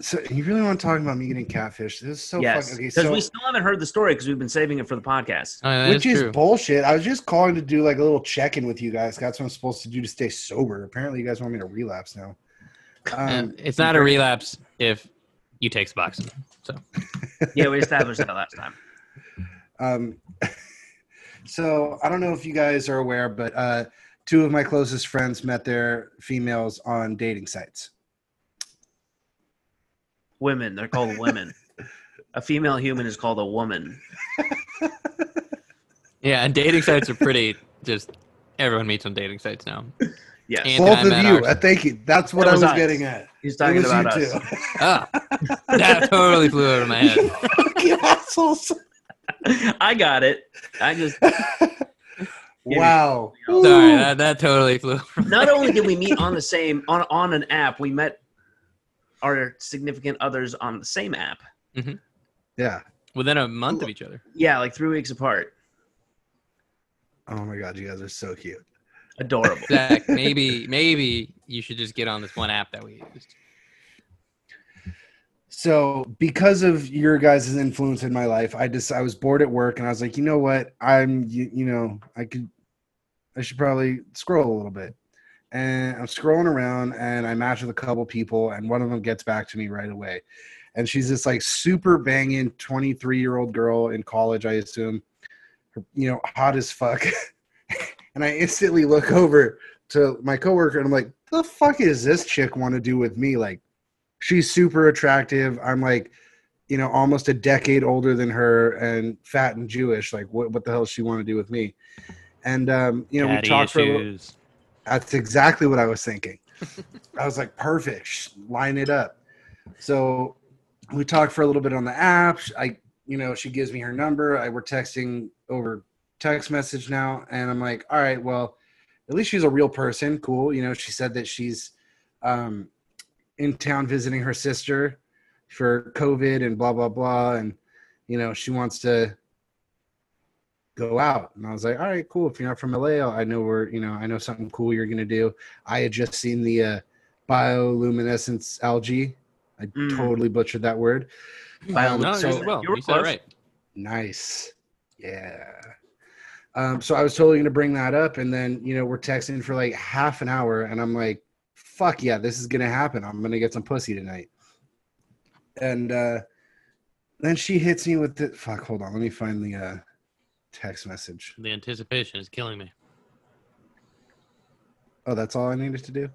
A: so you really want to talk about me getting catfish? This is so
C: yes,
A: fucking okay.
C: because
A: So,
C: we still haven't heard the story because we've been saving it for the podcast.
B: Oh, yeah, that
A: which
B: is
A: is
B: true.
A: bullshit. I was just calling to do like a little check in with you guys. That's what I'm supposed to do to stay sober. Apparently, you guys want me to relapse now.
B: Eh,
A: Um,
B: it's not a relapse if you take Suboxone.
C: yeah, we established that last time.
A: Um, so I don't know if you guys are aware, but uh, two of my closest friends met their females on dating sites.
C: Women, they're called women. a female human is called a woman.
B: Yeah, and dating sites are pretty just everyone meets on dating sites now.
C: Yes,
B: And-
A: Both
B: I
A: of
B: met
A: you.
B: ours.
A: Uh, thank you. That's what
C: That
A: I
C: was
A: was
C: us.
A: getting at.
C: he's
A: It
C: talking
A: was
C: about
A: you
C: us.
B: Ah, that totally flew over my head.
A: two. You assholes.
C: I got it. I just
A: Wow.
B: Sorry, that, that totally flew. Over my
C: not only did we meet on the same on on an app, we met our significant others on the same app.
A: Yeah.
B: Within a month of each other.
C: Yeah, like three weeks apart.
A: Oh my god, you guys are so cute.
C: Adorable.
B: Zach, maybe maybe you should just get on this one app that we used.
A: So, because of your guys' influence in my life, I just I was bored at work and I was like, you know what? I'm you, you know, I could I should probably scroll a little bit. And I'm scrolling around and I match with a couple people and one of them gets back to me right away. And she's this like super banging 23-year-old girl in college, I assume. Her- You know, hot as fuck. and I instantly look over to my coworker and I'm like, "The fuck is this chick want to do with me?" Like she's super attractive. I'm like, you know, almost a decade older than her and fat and Jewish. Like, what what the hell does she want to do with me? And um, you know, we talked for a little, that's exactly what I was thinking. I was like, perfect, sh- line it up. So we talked for a little bit on the app. Sh- I, you know, she gives me her number. I we're texting over text message now, and I'm like, all right, well, at least she's a real person. Cool. You know, she said that she's um, in town visiting her sister for COVID and blah blah blah, and you know, she wants to go out. And I was like, all right, cool. If you're not from LA, I know we're, you know, I know something cool you're going to do. I had just seen the uh, bioluminescence algae. I
C: Mm.
A: totally butchered that word.
C: Bioluminescent.
B: No,
A: so-
B: you did well.
C: You were
B: You said it
C: close.
B: right.
A: Nice. Yeah. Um, so I was totally going to bring that up. And then, you know, we're texting for like half an hour. And I'm like, fuck yeah, this is going to happen. I'm going to get some pussy tonight. And uh, then she hits me with the fuck. Hold on. Let me find the uh, text message.
B: The anticipation is killing me.
A: Oh, that's all I needed to do?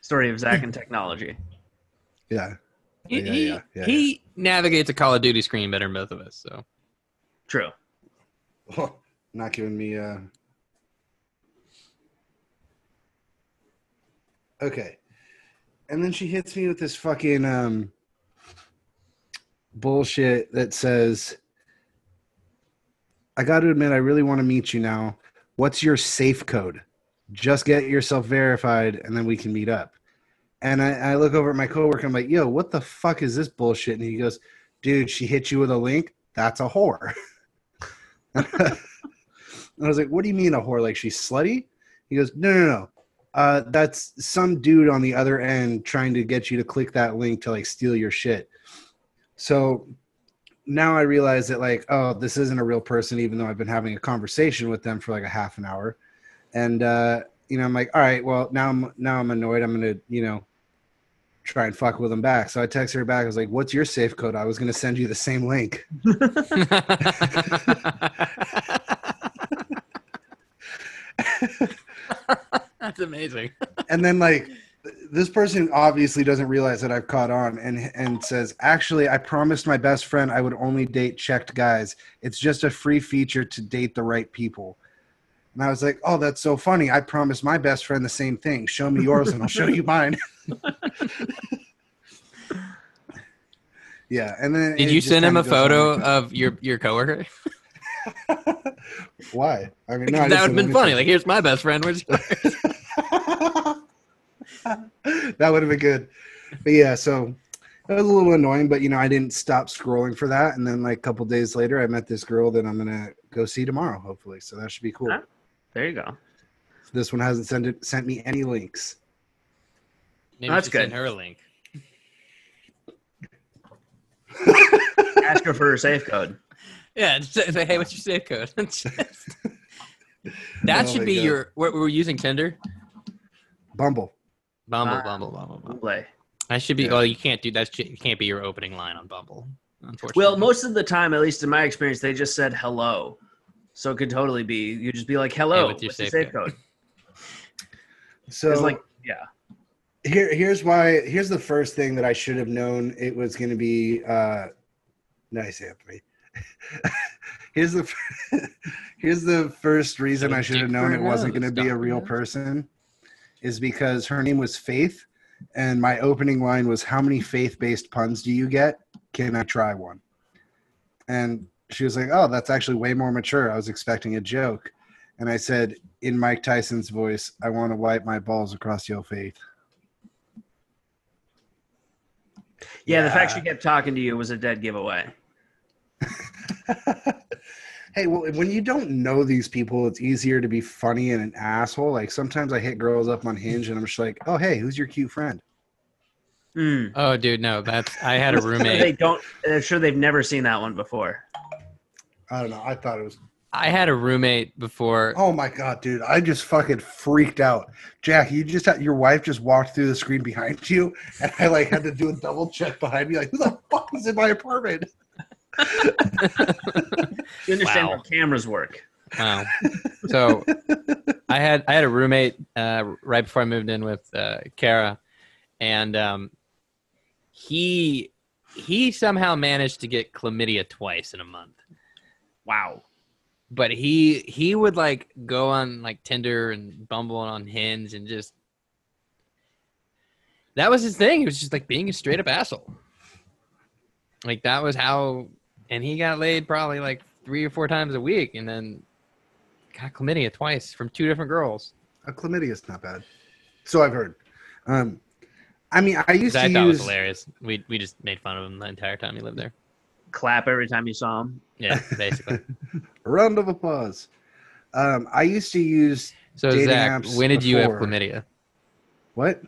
C: Story of Zach and technology.
A: Yeah.
B: He,
A: Yeah,
B: he,
A: yeah, yeah,
B: he navigates a Call of Duty screen better than both of us. So
C: True.
A: Not giving me uh Okay. And then she hits me with this fucking um bullshit that says I got to admit I really want to meet you now. What's your safe code? Just get yourself verified and then we can meet up. And I, I look over at my coworker. I'm like, "Yo, what the fuck is this bullshit?" And he goes, "Dude, she hit you with a link. That's a whore." And I was like, "What do you mean a whore? Like she's slutty?" He goes, "No, no, no. Uh, that's some dude on the other end trying to get you to click that link to like steal your shit." So now I realize that like, oh, this isn't a real person, even though I've been having a conversation with them for like a half an hour, and uh, you know, I'm like, all right, well, now I'm now I'm annoyed. I'm gonna, you know. Try and fuck with them back. So I text her back. I was like, "What's your safe code? I was gonna send you the same link."
B: That's amazing.
A: and then like this person obviously doesn't realize that I've caught on and and says, "Actually, I promised my best friend I would only date checked guys. It's just a free feature to date the right people." And I was like, "Oh, that's so funny. I promised my best friend the same thing. Show me yours and I'll show you mine." Yeah, and then
B: Did
A: it
B: you
A: just
B: send him
A: kinda
B: a
A: goes
B: photo
A: on.
B: of your your coworker?
A: Why? I mean, no, I
B: that would
A: just
B: have
A: sent
B: been
A: him
B: funny. Like, here's my best friend. Where's
A: that would have been good. But yeah, so it was a little annoying, but you know, I didn't stop scrolling for that. And then like a couple days later, I met this girl that I'm gonna go see tomorrow, hopefully. So that should be cool.
C: Huh? There you go.
A: This one hasn't sent it, sent me any links.
B: Maybe
C: That's
B: you should send
C: good.
B: her a link.
C: Ask her for her safe code.
B: Yeah, just say, say, hey, what's your safe code? Just- that
A: Oh
B: should
A: my
B: be
A: God.
B: your. We're, we're using Tinder.
A: Bumble.
B: Bumble,
C: Ah.
B: Bumble, Bumble, Bumble.
C: Play.
B: I should be.
A: Yeah.
B: Well, you can't do that. It can't be your opening line on Bumble, unfortunately.
C: Well, most of the time, at least in my experience, they just said hello. So it could totally be you just be like hello
B: with your
C: what's the
B: safe
C: safe
B: code.
C: code.
A: So
C: It's like yeah.
A: here here's why here's the first thing that I should have known it was going to be uh nice Anthony here's the fir- here's the first reason
B: Got a
A: I should have
B: dick
A: known
B: for a
A: it wasn't going
B: nose,
A: to be a
B: Dr.
A: real
B: Nose.
A: person is because her name was Faith and my opening line was how many faith-based puns do you get can I try one and she was like oh that's actually way more mature I was expecting a joke and I said in Mike Tyson's voice I want to wipe my balls across your face
C: yeah, The fact
A: Yeah.
C: she kept talking to you was a dead giveaway.
A: hey, well, when you don't know these people, it's easier to be funny and an asshole. Like sometimes I hit girls up on Hinge, and I'm just like, "Oh, hey, who's your cute friend?"
C: Hmm.
B: Oh, dude, no. That's. I had a
C: They
B: roommate.
C: don't. I'm sure they've never seen that one before.
A: I don't know. I thought it was.
B: I had a roommate before.
A: Oh my god, dude! I just fucking freaked out. Jack, you just had, your wife just walked through the screen behind you, and I like had to do a double check behind me, like, "Who the fuck is in my apartment?"
C: You understand
B: Wow.
C: how cameras work.
B: Wow. So I had I had a roommate uh, right before I moved in with uh, Kara, and um, he he somehow managed to get chlamydia twice in a month.
C: Wow.
B: But he he would like go on like Tinder and Bumble and on Hinge and just that was his thing. It was just like being a straight up asshole. Like that was how, and he got laid probably like three or four times a week, and then got chlamydia twice from two different girls.
A: A chlamydia's Uh, not bad, so I've heard. Um, I mean, I used
B: I
A: to
B: thought it was
A: use.
B: hilarious. We we just made fun of him the entire time he lived there.
C: Clap every time you saw him.
B: Yeah, basically.
A: Round of applause. Um, I used to use
B: So
A: Dating
B: Zach,
A: apps
B: when did you have
A: before.
B: chlamydia?
A: what?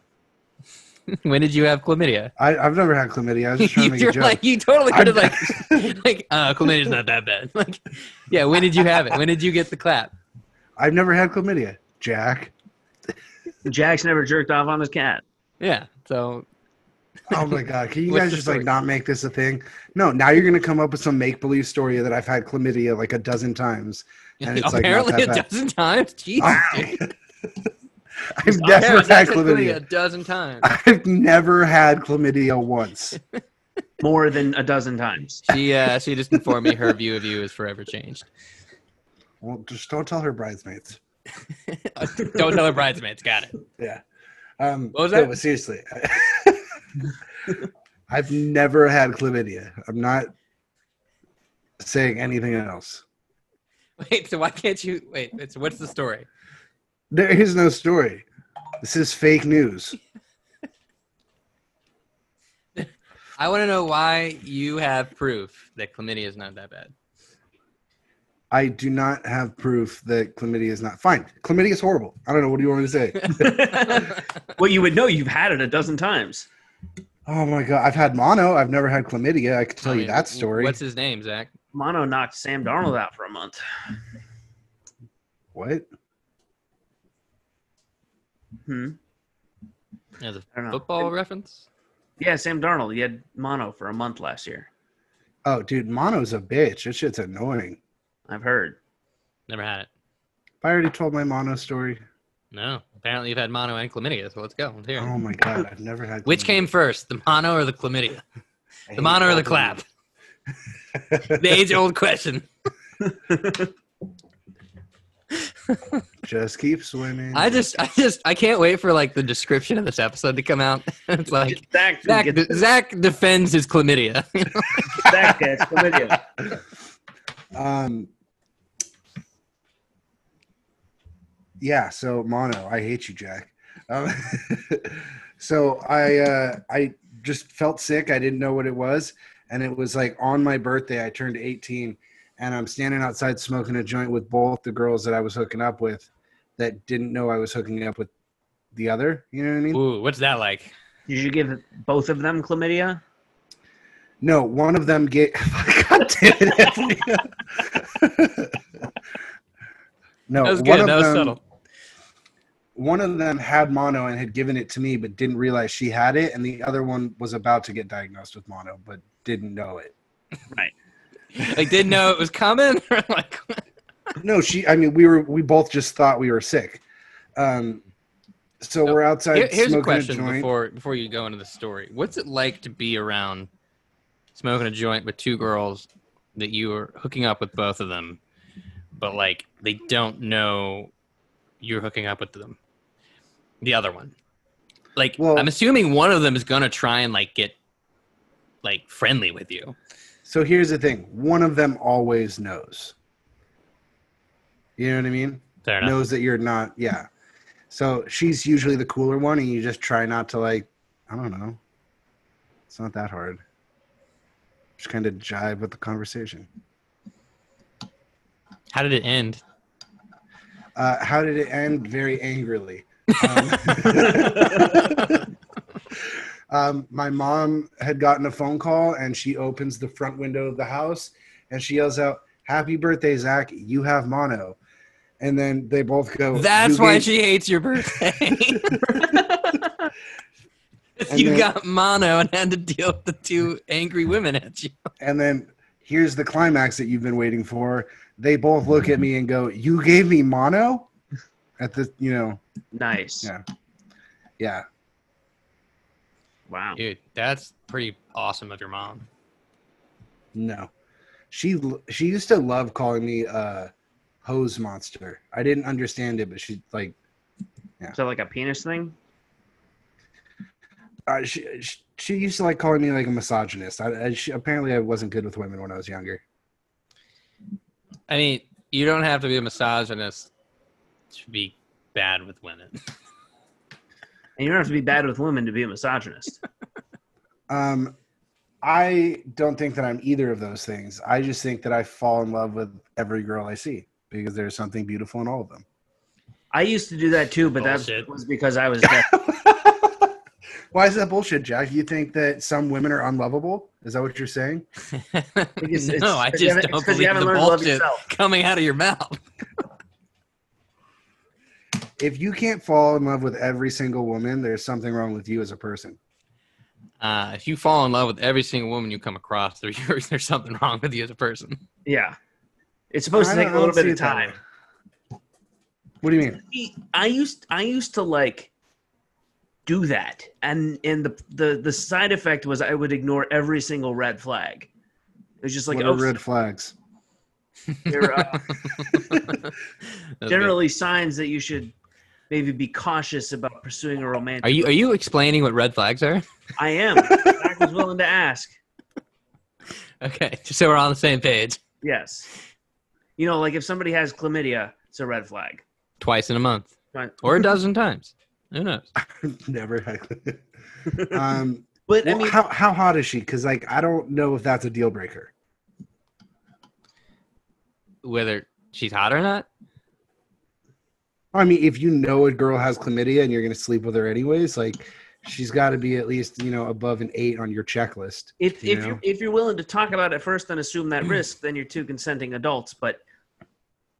B: when did you have chlamydia?
A: I, I've never had chlamydia. I was just trying to make
B: You're
A: a joke.
B: like you totally could have
A: I'm-
B: like like uh, chlamydia's not that bad. Like, yeah. When did you have it? When did you get the clap?
A: I've never had chlamydia, Jack.
C: Jack's never jerked off on his cat.
B: Yeah. So
A: Oh my god, can you
B: What's
A: guys
B: the
A: just
B: story?
A: like not make this a thing? No, now you're gonna come up with some make believe story that I've had chlamydia like a dozen times. And it's, like, not
B: apparently
A: that
B: a
A: bad.
B: dozen times. Jesus.
A: I've
B: dude.
A: never
B: Apparently
A: had
B: chlamydia a
A: chlamydia.
B: dozen times.
A: I've never had chlamydia once.
C: More than a dozen times.
B: She uh, she just informed me her view of you is forever changed.
A: Well, just don't tell her bridesmaids.
B: Don't tell her bridesmaids. Got it.
A: Yeah. Um,
B: What was
A: no,
B: that?
A: but seriously, I've never had chlamydia. I'm not saying anything else.
B: Wait. So why can't you? Wait. It's what's the story?
A: There is no story. This is fake news.
B: I want to know why you have proof that chlamydia is not that bad.
A: I do not have proof that chlamydia is not fine. Chlamydia is horrible. I don't know. What do you want me to say?
C: well, you would know you've had it a dozen times.
A: oh my god, I've had mono. I've never had chlamydia. I could tell
B: I
A: you
B: mean,
A: that story.
B: What's his name, Zach?
C: Mono knocked Sam Darnold out for a month.
A: what?
C: Hmm.
B: As a
C: I don't know.
B: football reference?
C: Yeah, Sam Darnold. He had mono for a month last year.
A: Oh, dude, mono's a bitch. That shit's annoying.
C: I've heard.
B: Never had it.
A: I already told my mono story.
B: No. Apparently you've had mono and chlamydia, so let's go. Let's hear it.
A: Oh my god, I've never had.
B: Which
A: chlamydia.
B: came first, the mono or the chlamydia?
A: I hate
B: The mono or the
A: chlamydia.
B: clap? the age old question.
A: Just keep swimming.
B: I just, I just, I can't wait for like the description of this episode to come out. it's like
C: Zach,
B: Zach,
C: gets-
B: Zach defends his chlamydia.
C: Zach gets chlamydia.
A: um. Yeah. So mono, I hate you, Jack. Um, so I uh, I just felt sick. I didn't know what it was, and it was like on my birthday. I turned 18, and I'm standing outside smoking a joint with both the girls that I was hooking up with, that didn't know I was hooking up with the other. You know what I mean?
B: Ooh, what's that like?
C: Did you give both of them chlamydia?
A: No, one of them get. God damn it, Anthony. no,
B: That was
A: Oh, one
B: good.
A: of
B: That was
A: them.
B: subtle.
A: One of them had mono and had given it to me, but didn't realize she had it, and the other one was about to get diagnosed with mono, but didn't know it.
B: Like didn't know it was coming. like
A: No, she. I mean, we were. We both just thought we were sick. Um, so
B: So,
A: we're outside
B: Here- here's
A: smoking
B: a question
A: joint.
B: before before you go into the story. What's it like to be around smoking a joint with two girls that you are hooking up with both of them, but like they don't know you're hooking up with them, the other one. Like
A: Well-
B: I'm assuming one of them is gonna try and like get like friendly with you.
A: So here's the thing: one of them always knows. You know what I mean?
B: Fair enough.
A: knows that you're not yeah so she's usually the cooler one and you just try not to like i don't know it's not that hard just kind of jive with the conversation
B: How did it end?
A: uh, how did it end very angrily um, um, my mom had gotten a phone call and she opens the front window of the house and she yells out happy birthday zach you have mono and then they both go
B: That's
A: "You
B: why
A: gave-
B: she hates your birthday.
A: And
B: you
A: then-
B: got mono and had to deal with the two angry women at you.
A: And then here's the climax that you've been waiting for. They both look at me and go, "You gave me mono." At the, you know,
C: Nice.
A: Yeah. yeah,
C: Wow.
B: Dude, that's pretty awesome of your mom.
A: no. She l- she used to love calling me uh hose monster. I didn't understand it, but she like
C: Is that like a penis thing?
A: uh, she, she she used to like calling me like a misogynist. I, I she, apparently I wasn't good with women when I was younger.
B: I mean, you don't have to be a misogynist to be bad with women.
C: And you don't have to be bad with women to be a misogynist.
A: Um, I don't think that I'm either of those things. I just think that I fall in love with every girl I see because there's something beautiful in all of them.
C: I used to do that too, but that
B: Bullshit.
C: was because I was deaf.
A: Why is that bullshit, Jack? You think that some women are unlovable? Is that what you're saying?
C: Because it's-
B: no, I
C: it's-
B: just
C: you haven't- it's
B: don't
C: 'cause
B: believe
C: you haven't
B: the
C: learned to love
B: bullshit
C: yourself.
B: coming out of your mouth.
A: If you can't fall in love with every single woman, there's something wrong with you as a person.
B: Uh, if you fall in love with every single woman you come across, there, you're, there's something wrong with you as a person.
C: Yeah. It's supposed to
A: I
C: take
A: don't-
C: a
A: I
C: little
A: don't
C: bit of
A: see it that
C: time.
A: way. What do you mean?
C: I used I used to like do that, and and the the the side effect was I would ignore every single red flag. It was just like
A: what
C: oh,
A: are red flags?
C: they're uh,
B: That's good.
C: generally signs that you should maybe be cautious about pursuing a romantic.
B: Are you are you explaining what red flags are?
C: I am. I was willing to ask.
B: Okay, just so we're on the same page.
C: Yes. You know, like if somebody has chlamydia, it's a red flag.
B: Twice in a month,
C: Right.
B: or a dozen times. Who knows?
A: Never. had- um,
C: But
A: well,
C: I mean,
A: how how hot is she? Because like I don't know if that's a deal breaker.
B: Whether she's hot or not,
A: I mean, if you know a girl has chlamydia and you're going to sleep with her anyways, like she's got to be at least you know above an eight on your checklist.
C: if
A: you
C: if
A: know.
C: you if you're willing to talk about it first and assume that risk, then you're two consenting adults. But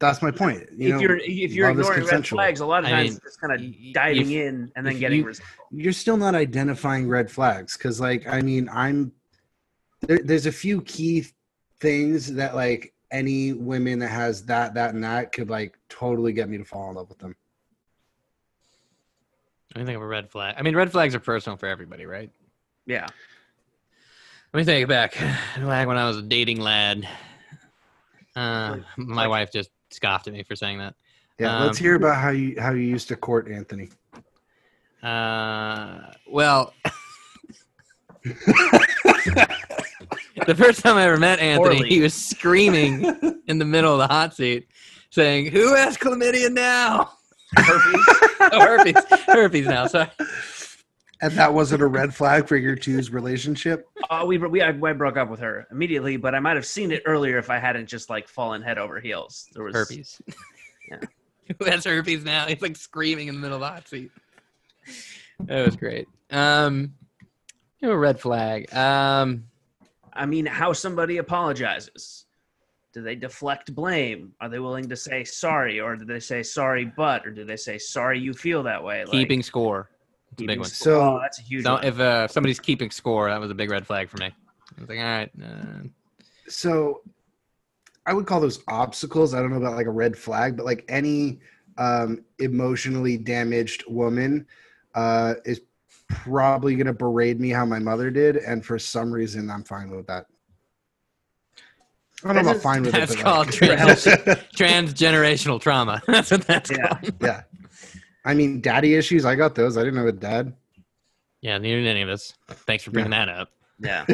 A: That's my point. You
C: if
A: know,
C: you're if you're
A: love is
C: ignoring red
A: consensual.
C: flags, a lot of
B: I
C: times
B: mean,
C: it's just kind
B: y- y-
C: of diving
B: if-
C: in and then
B: if
C: getting
B: you-
C: results.
A: you're still not identifying red flags because like i mean i'm there, there's a few key things that like any women that has that that and that could like totally get me to fall in love with them
B: Let me think of a red flag. I mean, red flags are personal for everybody, right?
C: Yeah,
B: Let me take it back. Back when I was a dating lad, uh,
C: Like-
B: my
C: like-
B: wife just scoffed at me for saying that.
A: Yeah,
B: Um,
A: let's hear about how you how you used to court Anthony.
B: Uh, well, the first time I ever met Anthony,
C: Poorly.
B: he was screaming in the middle of the hot seat, saying, "Who has chlamydia now?"
C: Herpes?
B: Oh, herpes, herpes now. Sorry.
A: And that wasn't a red flag for your two's relationship.
C: uh, we we I, I broke up with her immediately, but I might have seen it earlier if I hadn't just like fallen head over heels. There was
B: Herpes.
C: Yeah.
B: Who has herpes now? He's like screaming in the middle of the hot seat. That was great. Um, you know, red flag. Um,
C: I mean, how somebody apologizes. Do they deflect blame? Are they willing to say sorry, or do they say sorry but, or do they say sorry you feel that way? Like,
B: keeping score. It's a
C: keeping
B: big one.
C: score.
A: So-
C: Oh, that's a huge.
B: So
C: one.
B: if uh, if somebody's keeping score, that was a big red flag for me. I was like, all right, uh,
A: So I would call those obstacles. I don't know about like a red flag, but like any um, emotionally damaged woman uh, is probably gonna berate me how my mother did, and for some reason I'm fine with that. I don't know
C: That's
A: about fine with it.
B: that's
A: but,
B: called
A: like-
B: transition. transgenerational trauma. That's what that's
C: Yeah.
B: called.
A: yeah. I mean, daddy issues. I got those. I didn't know with dad.
B: Yeah, neither did any of us. Thanks for bringing that up.
C: yeah,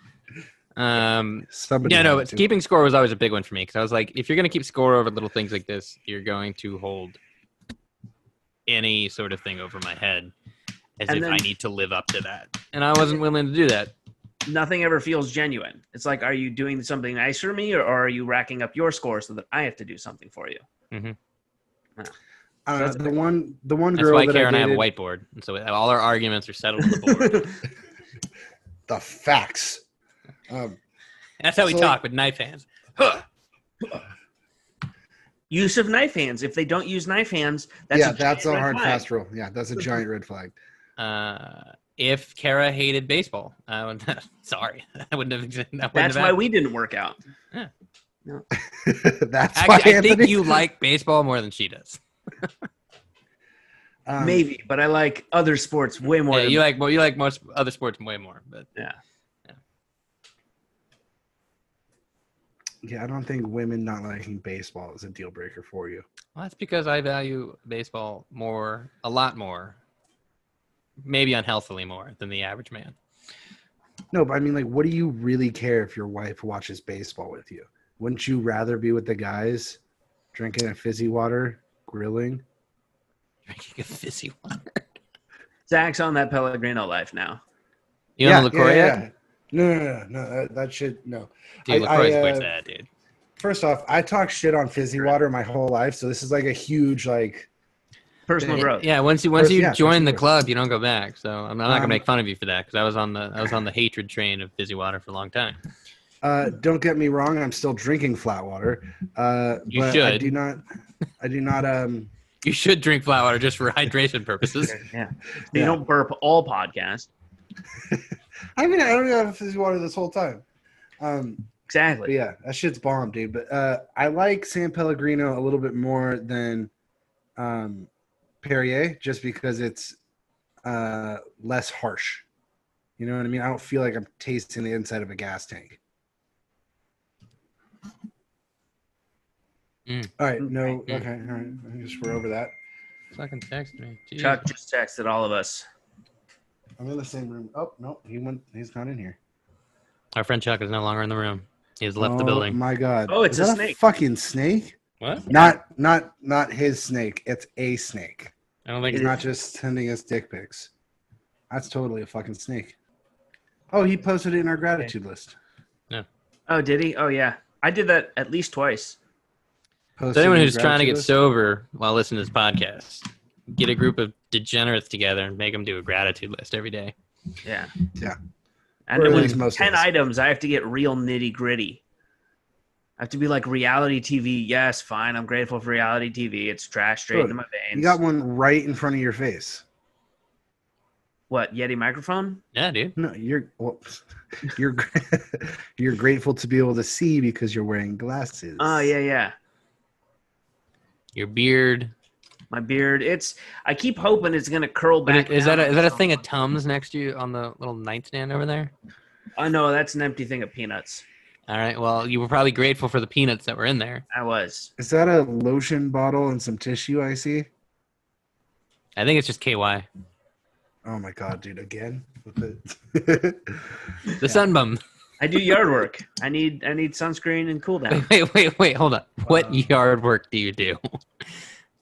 B: Um,
A: Somebody.
B: yeah, no,
A: had
B: but
A: to.
B: keeping score was always a big one for me because I was like, if you're gonna keep score over little things like this, you're going to hold any sort of thing over my head as
C: And
B: if
C: then-
B: I need to live up to that, and I wasn't willing to do that.
C: nothing ever feels genuine. It's like, are you doing something nice for me, or, or are you racking up your score so that I have to do something for you?
A: Uh,
C: That's-
A: the one, the one
B: That's
A: girl
B: why
A: that
B: Karen
A: I
B: and I have a
A: dated,
B: whiteboard, and so all our arguments are settled on the board.
A: the facts. Um,
B: That's how we
A: So-
B: talk with knife hands.
C: Use of knife hands. If they don't use knife hands, that's
A: yeah,
C: a
A: that's a
C: giant red
A: hard
C: flag.
A: fast rule. Yeah, that's a giant red flag.
B: uh, if Kara hated baseball. I would, sorry, I wouldn't have. That wouldn't have
C: That's why
B: happened.
C: we didn't work out.
A: that's why
B: Actually, I
A: Anthony,
B: think you like baseball more than she does.
A: um,
C: Maybe, but I like other sports way more.
B: Yeah,
C: than
B: you like more. You like most other sports way more. But
A: Yeah, I don't think women not liking baseball is a deal breaker for you.
B: well, that's because I value baseball more, a lot more, maybe unhealthily more than the average man.
A: No, but I mean, like, what do you really care if your wife watches baseball with you? Wouldn't you rather be with the guys, drinking a fizzy water, grilling?
B: Drinking a fizzy water.
C: Zach's on that Pellegrino life now.
B: You
A: yeah,
B: know LaCroix?
A: yeah,
B: yet?
A: yeah. No, no, no, no. That, that shit, no.
B: Dude,
A: I- I,
B: LaCroix's
A: uh,
B: where's that, dude?
A: First off, I talk shit on fizzy water my whole life, so this is like a huge like.
C: Personal
A: Yeah,
C: growth.
B: Yeah, once you once
A: First-
B: you
A: yeah,
B: join
A: first
B: the
A: verse.
B: club, you don't go back. So I'm, I'm not gonna
A: Um,
B: make fun of you for that because I was on the I was on the hatred train of fizzy water for a long time.
A: Uh, don't get me wrong, I'm still drinking flat water, uh,
B: You
A: but I
B: should.
A: do not. I do not. Um,
B: You should drink flat water just for hydration purposes.
C: Yeah. So
A: Yeah.
C: You don't burp all podcast.
A: I mean, I don't have fizzy water this whole time. Um, But
C: Exactly.
A: yeah, that shit's bomb, dude. But uh, I like San Pellegrino a little bit more than um, Perrier, just because it's uh, less harsh. You know what I mean? I don't feel like I'm tasting the inside of a gas tank.
B: Mm.
A: All right, no,
B: Mm.
A: okay, all right. I guess we're over that.
B: Fucking text me. Jeez.
C: Chuck just texted all of us.
A: I'm in the same room. Oh no, he went. He's not in here.
B: Our friend Chuck is no longer in the room. He has left the
A: Oh,
B: building.
A: My God.
C: Oh, it's
A: Is
C: a
A: that
C: snake.
A: fucking snake.
B: What?
A: Not, not, not his snake. It's a snake.
B: I don't think.
A: He's not just sending us dick pics. That's totally a fucking snake. Oh, he posted it in our gratitude list.
C: Oh, did he? Oh, yeah. I did that at least twice.
A: Posted
B: So anyone
A: in the
B: who's trying
A: gratitude
B: to get
A: list?
B: sober while listening to this podcast, get a group of degenerates together and make them do a gratitude list every day.
C: Yeah.
A: Yeah.
C: And
A: Or
C: it
A: at
C: was
A: least most of
C: 10
A: us.
C: items. I have to get real nitty gritty. I have to be like reality TV. Yes, fine. I'm grateful for reality TV. It's trash straight
A: Good.
C: into my veins.
A: you got one right in front of your face.
C: What, Yeti microphone?
B: Yeah, dude.
A: No, you're well, you're you're grateful to be able to see because you're wearing glasses.
C: Oh, yeah, yeah.
B: Your beard.
C: My beard. It's, I keep hoping it's going to curl
B: What
C: back.
B: is, is that
C: down
B: a, is that a
C: some-
B: thing of tums next to you on the little nightstand over there?
C: Oh, no, that's an empty thing of peanuts.
B: All right. Well, you were probably grateful for the peanuts that were in there.
C: I was.
A: Is that a lotion bottle and some tissue I see?
B: I think it's just KY.
A: Oh my god, dude, again with it.
B: The sunbum.
C: I do yard work. I need I need sunscreen and cool down.
B: Wait, wait, wait, wait. Hold on. What
A: Uh,
B: yard work do you do?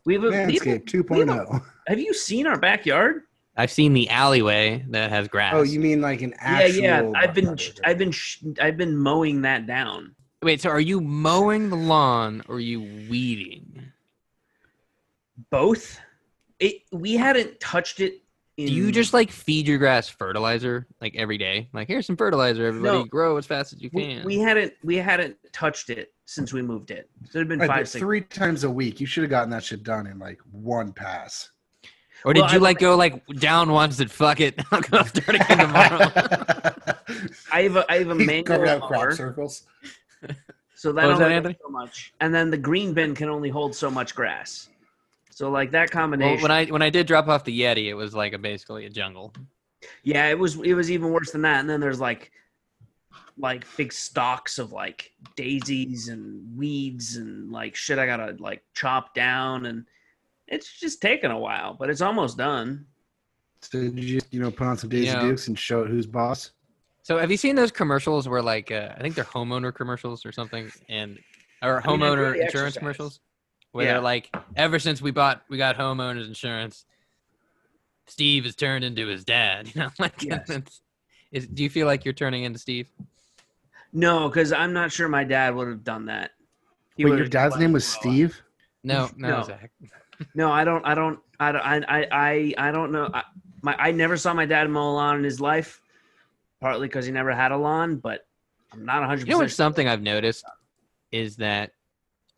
C: We have a, we have, a-
A: Manscaped oh. 2.0.
C: have you seen our backyard?
B: I've seen the alleyway that has grass.
A: Oh, you mean like an
C: Yeah,
A: actual
C: yeah. I've been I've been sh- I've been mowing that down.
B: Wait, so are you mowing the lawn or are you weeding?
C: Both. It we hadn't touched it. In,
B: Do you just like feed your grass fertilizer like every day? Like here's some fertilizer, everybody
C: No.
B: grow as fast as you
C: we,
B: can.
C: we hadn't we hadn't touched it since we moved it. So it'd been
A: Right,
C: five
A: but
C: six.
A: three times a week. You should have gotten that shit done in like one pass.
B: or did
C: well,
B: you
C: I-
B: like go like down once and fuck it? I'll go start again tomorrow.
C: I have a I have a
A: He's
C: manual
A: covered out crop
C: mower,
A: circles.
C: so
B: What was
C: that only
B: that,
C: holds
B: Anthony?
C: so much. And then the green bin can only hold so much grass. So like that combination.
B: well, when I when I did drop off the Yeti, it was like a, basically a jungle.
C: Yeah, it was it was even worse than that. And then there's like like big stalks of like daisies and weeds and like shit I gotta like chop down and it's just taking a while, but it's almost done.
A: So did you just, you know, put on some Daisy
B: Yeah.
A: Dukes and show it who's boss?
B: So have you seen those commercials where like uh, I think they're homeowner commercials or something, and or
C: I mean, I enjoy
B: homeowner
C: the
B: insurance
C: exercise.
B: commercials, where
C: Yeah.
B: they're like, ever since we bought we got homeowners insurance, Steve has turned into his dad. You know, like
C: Yes.
B: it's- is, do you feel like you're turning into Steve?
C: No, because I'm not sure my dad would have done that. He
A: Wait,
C: would
A: your
C: have
A: dad's
C: just
A: name
C: let
A: was
C: it go.
A: Steve?
B: No, no,
C: No.
B: Zach.
C: No, I don't. I don't. I don't. I. I. I, I don't know. I, my. I never saw my dad mow a lawn in his life, partly because he never had a lawn. But I'm not 100.
B: You know what's
C: percent
B: something I've noticed is that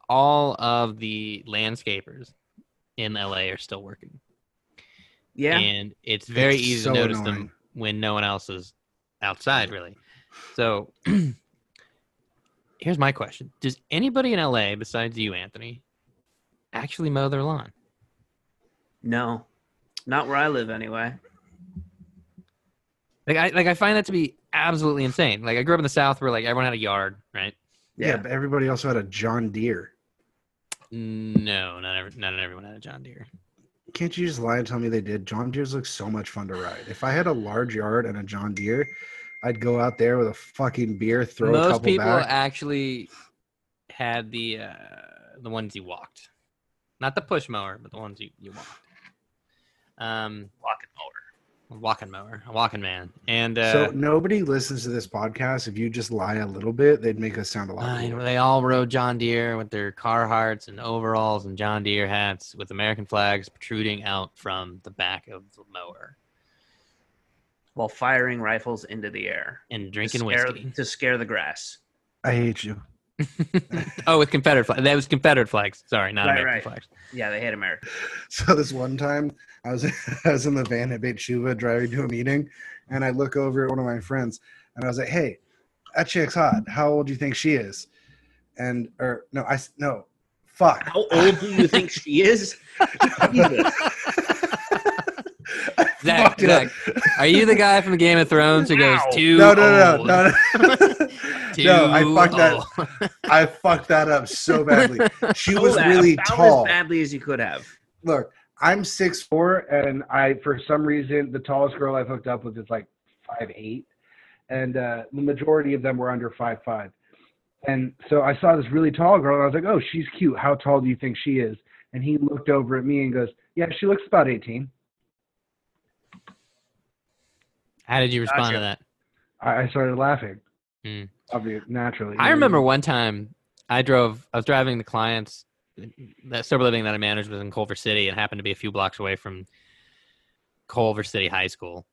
B: all of the landscapers in LA are still working,
C: Yeah.
B: and it's very
A: It's
B: easy
A: so
B: to notice them
A: annoying.
B: when no one else is outside really so here's my question does anybody in la besides you anthony actually mow their lawn
C: No, not where I live anyway.
B: like i like i find that to be absolutely insane like i grew up in the south where like everyone had a yard right
A: Yeah. but everybody also had a John Deere.
B: no not every, not everyone had a john deere
A: Can't you just lie and tell me they did? John Deere's look so much fun to ride. If I had a large yard and a John Deere, I'd go out there with a fucking beer, throw a
B: most
A: couple
B: people
A: back.
B: actually had the uh the ones you walked not the push mower but the ones you, you walked um
C: Walking mower.
B: walking mower a walking man and uh
A: so nobody listens to this podcast. If you just lie a little bit, they'd make us sound a lot.
B: Uh, you know,
A: cooler.
B: they all rode John Deere with their Carhartts and overalls and John Deere hats with American flags protruding out from the back of the mower
C: While firing rifles into the air.
B: and drinking
C: to scare,
B: whiskey.
C: to scare the grass.
A: I hate you.
B: oh, with Confederate flags. That was Confederate flags. Sorry, not
C: Right,
B: American
C: right.
B: flags.
C: Yeah, they hate America.
A: So this one time, I was I was in the van at Beit Shuva driving to a meeting, and I look over at one of my friends, and I was like, "Hey, that chick's hot. How old do you think she is?" And or no, I s- no, fuck.
C: How old do you think she is?
B: Zach,
A: Fucked it up.
B: Zach, are you the guy from Game of Thrones who goes
C: Ow.
B: too
A: No, no, no,
B: old,
A: no, no.
B: too
A: no, I fucked that.
B: old."
A: I fucked that up so badly. She
C: Oh,
A: was
C: that-
A: really
C: about
A: tall.
C: As badly as you could have.
A: Look, I'm six four, and I for some reason the tallest girl I've hooked up with is like five eight, and uh, the majority of them were under five five. And so I saw this really tall girl, and I was like, "Oh, she's cute. How tall do you think she is?" And he looked over at me and goes, "Yeah, she looks about 18."
B: How did you respond
C: Gotcha.
B: to that?
A: I, I started laughing,
B: Hmm.
A: obviously, naturally.
B: I remember one time I drove. I was driving the clients that sober living that I managed was in Culver City and happened to be a few blocks away from Culver City High School.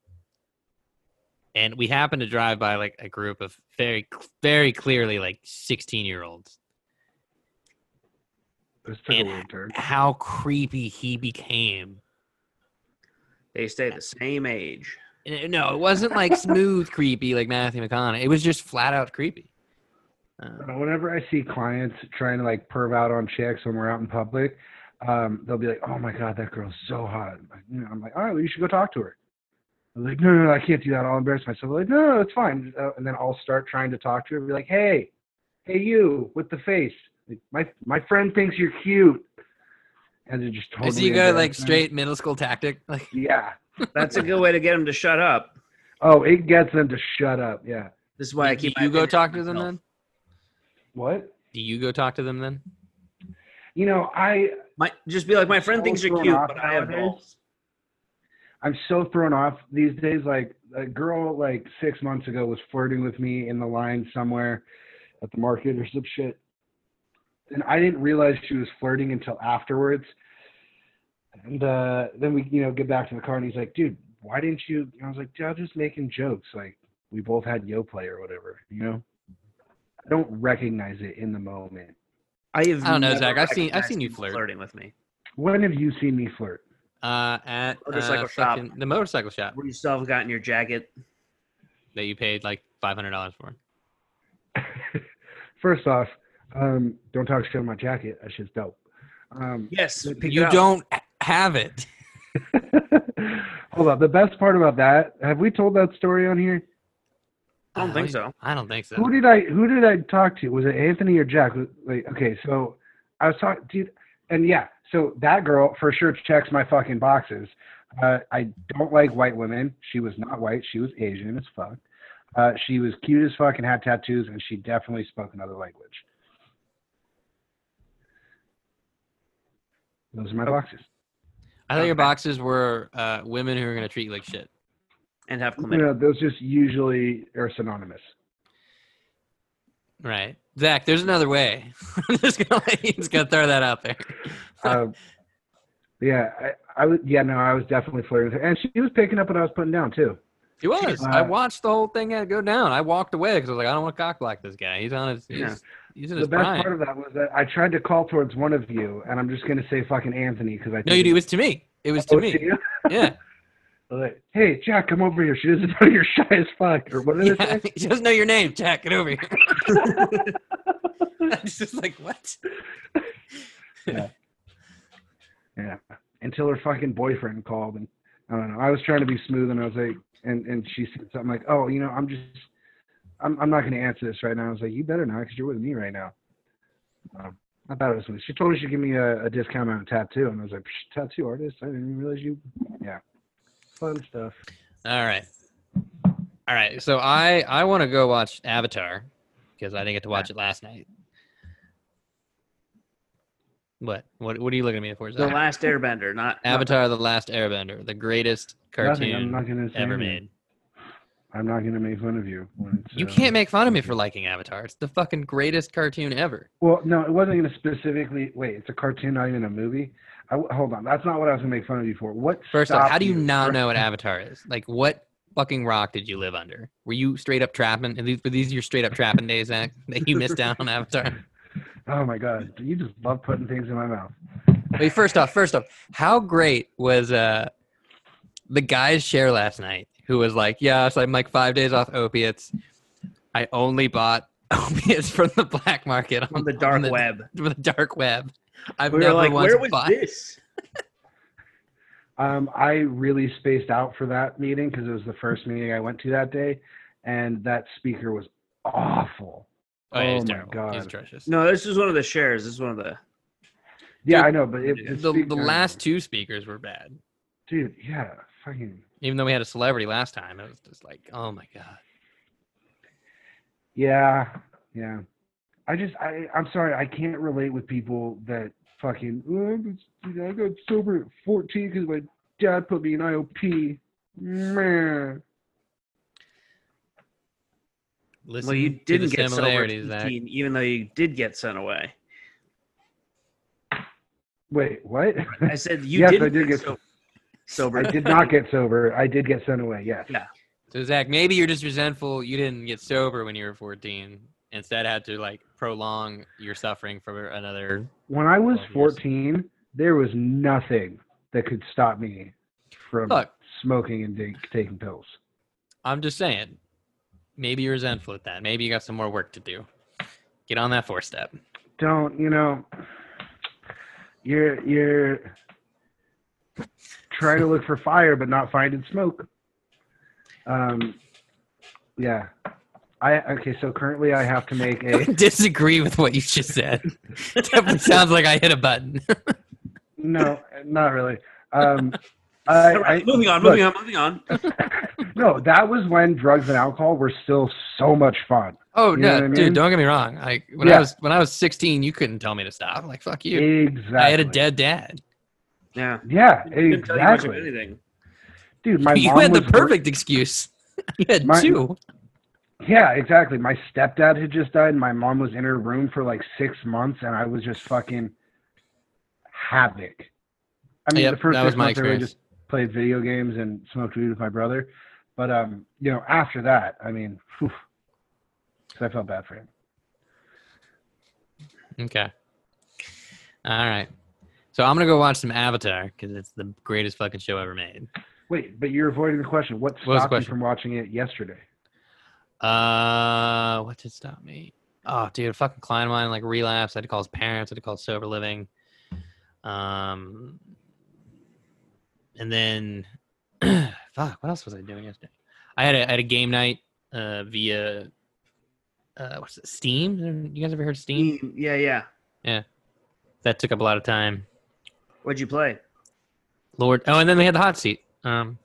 B: And we happened to drive by like a group of very, very clearly like sixteen year olds.
A: This took a
B: and-
A: weird turn.
B: How creepy he became.
C: They stay the same age.
B: And it- Eh, No, it wasn't like smooth creepy like Matthew McConaughey. It was just flat out creepy. Uh,
A: Uh, Whenever I see clients trying to like perv out on chicks when we're out in public, um, they'll be like, "Oh my god, that girl's so hot." I'm like, you know, I'm like, "All right, well, you should go talk to her." I'm like, "No, no, no, I can't do that. I'll embarrass myself." They're like, "No, no, it's fine." Uh, and then I'll start trying to talk to her, and be like, "Hey, hey you with the face. Like, my my friend thinks you're cute. And it just totally
B: I see you go like
A: embarrassing.
B: straight middle school tactic. Like
A: Yeah.
C: That's a good way to get them to shut up.
A: Oh, it gets them to shut up. Yeah.
C: This is why I
B: do
C: keep. my
B: you go
C: opinion
B: talk
C: to
B: to them
C: myself.
B: then?
A: What?
B: Do you go talk to them then?
A: You know, I
C: My, just be like, my friend
A: Balls
C: thinks you're
A: thrown
C: cute,
A: off
C: but I have
A: nowadays.
C: balls.
A: I'm so thrown off these days. Like a girl like six months ago was flirting with me in the line somewhere at the market or some shit. And I didn't realize she was flirting until afterwards. And uh, then we, you know, get back to the car and he's like, dude, why didn't you? And I was like, dude, I was just making jokes. Like we both had yo play or whatever, you know? I don't recognize it in the moment.
C: I, have
B: I don't know,
C: never
B: Zach. I've seen- I've
C: recognized
B: seen you
C: people
B: flirt.
C: flirting with me.
A: When have you seen me flirt?
B: Uh, at
C: Motorcycle
B: uh,
C: shop.
B: fucking- the motorcycle shop
C: Where you still have gotten your jacket.
B: that you paid like five hundred dollars for.
A: First off, um, don't talk shit on my jacket. That shit's dope. Um,
C: Yes, pick it
B: you
C: up.
B: don't have it.
A: Hold up. The best part about that, have we told that story on here?
C: I don't
B: Oh,
C: think so.
B: I don't think so.
A: Who did I who did I talk to? Was it Anthony or Jack? Like, okay, so I was talking, dude, and yeah, so that girl for sure checks my fucking boxes. Uh, I don't like white women. She was not white. She was Asian as fuck. Uh, she was cute as fuck and had tattoos, and she definitely spoke another language. Those are my boxes.
B: I think your boxes were uh, women who are going to treat you like shit.
C: And have
A: You
C: chlamydia.
A: know, those just usually are synonymous.
B: Right. Zach, there's another way. I'm just gonna let you- just gonna throw that out there.
A: um, yeah, I, I was. Yeah, no, I was definitely flirting with her, and she was picking up what I was putting down too.
B: It was. I
A: Uh,
B: watched the whole thing go down. I walked away because I was like, I don't want to cock block this guy. He's on his. He's,
C: Yeah.
B: he's in
A: The
B: his
A: best
B: prime.
A: part of that was that I tried to call towards one of you, and I'm just gonna say fucking Anthony because I.
B: no, you do. It was to me. It was
C: Oh,
B: to me.
A: you?
B: Yeah.
A: Like, hey, Jack, come over here. She doesn't know you're shy as fuck, or what did
B: yeah.
A: it say?
B: She doesn't know your name. Jack, get over here. It's just like what?
A: Yeah. Until her fucking boyfriend called, and I don't know. I was trying to be smooth, and I was like, and and she said something like, "Oh, you know, I'm just, I'm I'm not gonna answer this right now." I was like, "You better not, because you're with me right now." Um, I thought it was smooth. She told me she'd give me a, a discount on a tattoo, and I was like, Psh, "Tattoo artist? I didn't even realize you." Yeah. Fun stuff.
B: All right. All right. So I I want to go watch Avatar because I didn't get to watch it last night. What? What? What are you looking at me for?
C: The
B: Zach?
C: Last Airbender, not
B: Avatar: The Last Airbender, the greatest
A: Nothing. I'm
B: cartoon
A: not gonna say
B: ever
A: anything.
B: made.
A: I'm not gonna make fun of you. when it's,
B: You
A: uh,
B: can't make fun of me for liking Avatar. It's the fucking greatest cartoon ever.
A: Well, no, it wasn't gonna specifically. Wait, it's a cartoon, not even a movie. I, hold on, that's not what I was gonna make fun of you for. What?
B: First off,
A: stopped
B: how do you not
A: from-
B: know what Avatar is? Like, what fucking rock did you live under? Were you straight up trapping? And these were these your straight up trapping days, Zach, that you missed out on Avatar?
A: Oh my god, you just love putting things in my mouth.
B: Wait, first off, first off, how great was uh the guy's share last night? Who was like, yeah, so I'm like five days off opiates. I only bought opiates from the black market on,
C: on the dark web.
B: From the dark web. I've
C: We were
B: never
C: like,
B: once
C: where was
B: bought.
C: this?
A: Um, I really spaced out for that meeting because it was the first meeting I went to that day, and that speaker was awful.
B: Oh, yeah, he's
A: Oh my
B: terrible. He's
A: God.
B: atrocious.
C: No, this is one of the shares. This is one of the.
A: Yeah,
B: Dude,
A: I know, but it,
B: the,
A: it
B: the,
A: speaks-
B: last two speakers were bad.
A: dude, yeah, fucking
B: Even though we had a celebrity last time, it was just like, oh my god.
A: yeah, yeah. I just, I, I'm sorry, I can't relate with people that fucking. "Oh, I was- you know, I got sober at 14 because my dad put me in IOP. Meh.
B: Listen
C: Well, you
B: to the
C: didn't get sober at
B: similarities, Zach.
C: 18, even though you did get sent away.
A: Wait, what?
C: I said you
A: Yes, I
C: didn't
A: did
C: get
A: get
C: so- sober.
A: I did not get sober. I did get sent away. Yes.
B: So Zach, maybe you're just resentful you didn't get sober when you were 14. Instead, had to like prolong your suffering for another.
A: When I was
B: 12 years.
A: 14, there was nothing that could stop me from
B: Look.
A: smoking and da- taking pills.
B: I'm just saying, maybe you're resentful at that. Maybe you got some more work to do. Get on that four step.
A: Don't you know? You're you're trying to look for fire but not finding smoke. Um, yeah. I okay. So currently, I have to make a
B: Disagree with what you just said. Definitely sounds like I hit a button.
A: no, not really. Um, I,
C: All right,
A: I-
C: moving on,
A: look,
C: moving on, moving on.
A: No, that was when drugs and alcohol were still so much fun.
B: Oh
A: You know
B: no,
A: what I mean?
B: dude! Don't get me wrong. Like when I
A: Yeah.
B: was when I was 16, you couldn't tell me to stop. I'm like fuck you.
A: Exactly.
B: I had a dead dad.
C: Yeah.
A: Yeah,
C: Couldn't tell you much of
A: exactly.
C: anything.
A: Dude, my
B: you
A: mom
B: had the
A: was wor-
B: perfect excuse. you had
A: My-
B: two.
A: Yeah, exactly. My stepdad had just died. and My mom was in her room for like six months, and I was just fucking havoc. I mean,
B: Yep,
A: the first
B: that
A: six
B: was my
A: months, I really
B: experience.
A: just played video games and smoked weed with my brother. But um, you know, after that, I mean, whew, 'cause I felt bad for him.
B: Okay. All right. So I'm gonna go watch some Avatar because it's the greatest fucking show ever made.
A: Wait, but you're avoiding the question. What stopped
B: was the
A: you
B: question?
A: from watching it yesterday?
B: Uh, what did stop me? Oh, dude, a fucking client of mine like relapsed. I had to call his parents. I had to call sober living. Um, and then, fuck, what else was I doing yesterday? I had a, I had a game night uh, via uh, what's it, Steam? You guys ever heard of Steam?
C: Yeah, yeah.
B: That took up a lot of time.
C: What'd you play?
B: Lord. Oh, and then they had the hot seat. Um,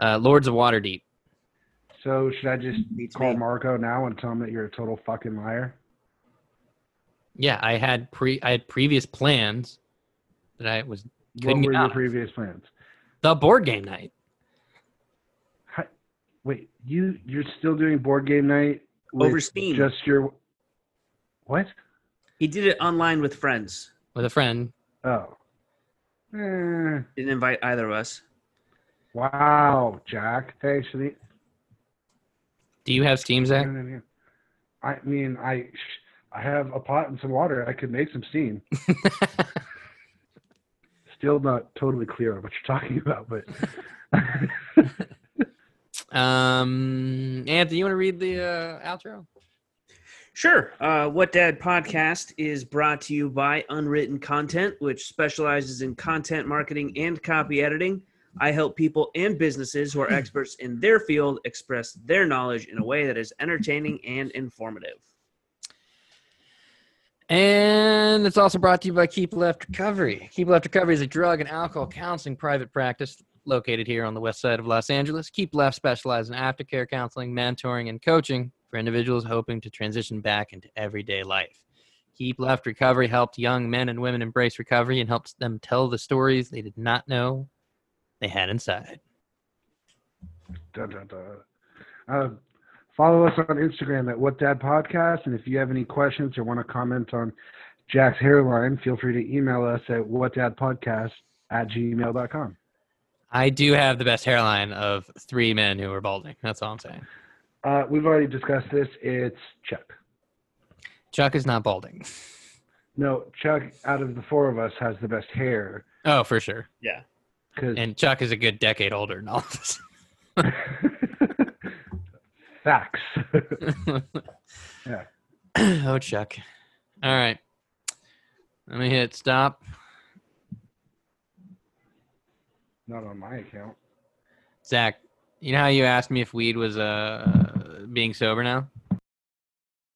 B: uh, Lords of Waterdeep.
A: So should I just
C: Beats
A: call
C: me.
A: Marco now and tell him that you're a total fucking liar?
B: Yeah, I had pre I had previous plans that I was Couldn't
A: what
B: get
A: were
B: out
A: your
B: of it.
A: previous plans?
B: the board game night.
A: Hi- Wait, you you're still doing board game night with
C: Over Steam.
A: Just your what?
C: He did it online with friends.
B: with a friend.
A: Oh, Eh,
C: Didn't invite either of us.
A: wow, Jack. Thanks for the.
B: Do you have Steam, Zach?
A: I mean, I I have a pot and some water. I could make some steam. Mm-hmm. Still not totally clear on what you're talking about, but
B: Um, Anthony, you want to read the uh, outro?
C: Sure. Uh, what Dad Podcast is brought to you by Unwritten Content, which specializes in content marketing and copy editing. I help people and businesses who are experts in their field express their knowledge in a way that is entertaining and informative.
B: And it's also brought to you by Keep Left Recovery. Keep Left Recovery is a drug and alcohol counseling private practice located here on the west side of Los Angeles. Keep Left specializes in aftercare counseling, mentoring, and coaching for individuals hoping to transition back into everyday life. Keep Left Recovery helped young men and women embrace recovery and helps them tell the stories they did not know they had inside.
A: Dun, dun, dun. Uh, follow us on Instagram at What Dad Podcast, and if you have any questions or want to comment on Jack's hairline, feel free to email us at whatdadpodcast at gmail.com.
B: I do have the best hairline of three men who are balding. That's all I'm saying.
A: Uh, we've already discussed this. It's Chuck.
B: Chuck is not balding.
A: No, Chuck, out of the four of us, has the best hair
B: Oh, for sure.
A: because
B: And Chuck is a good decade older than all of us.
A: facts.
B: yeah. Oh, Chuck. All right. Let me hit stop.
A: Not on my account.
B: Zach, you know how you asked me if weed was uh being sober now?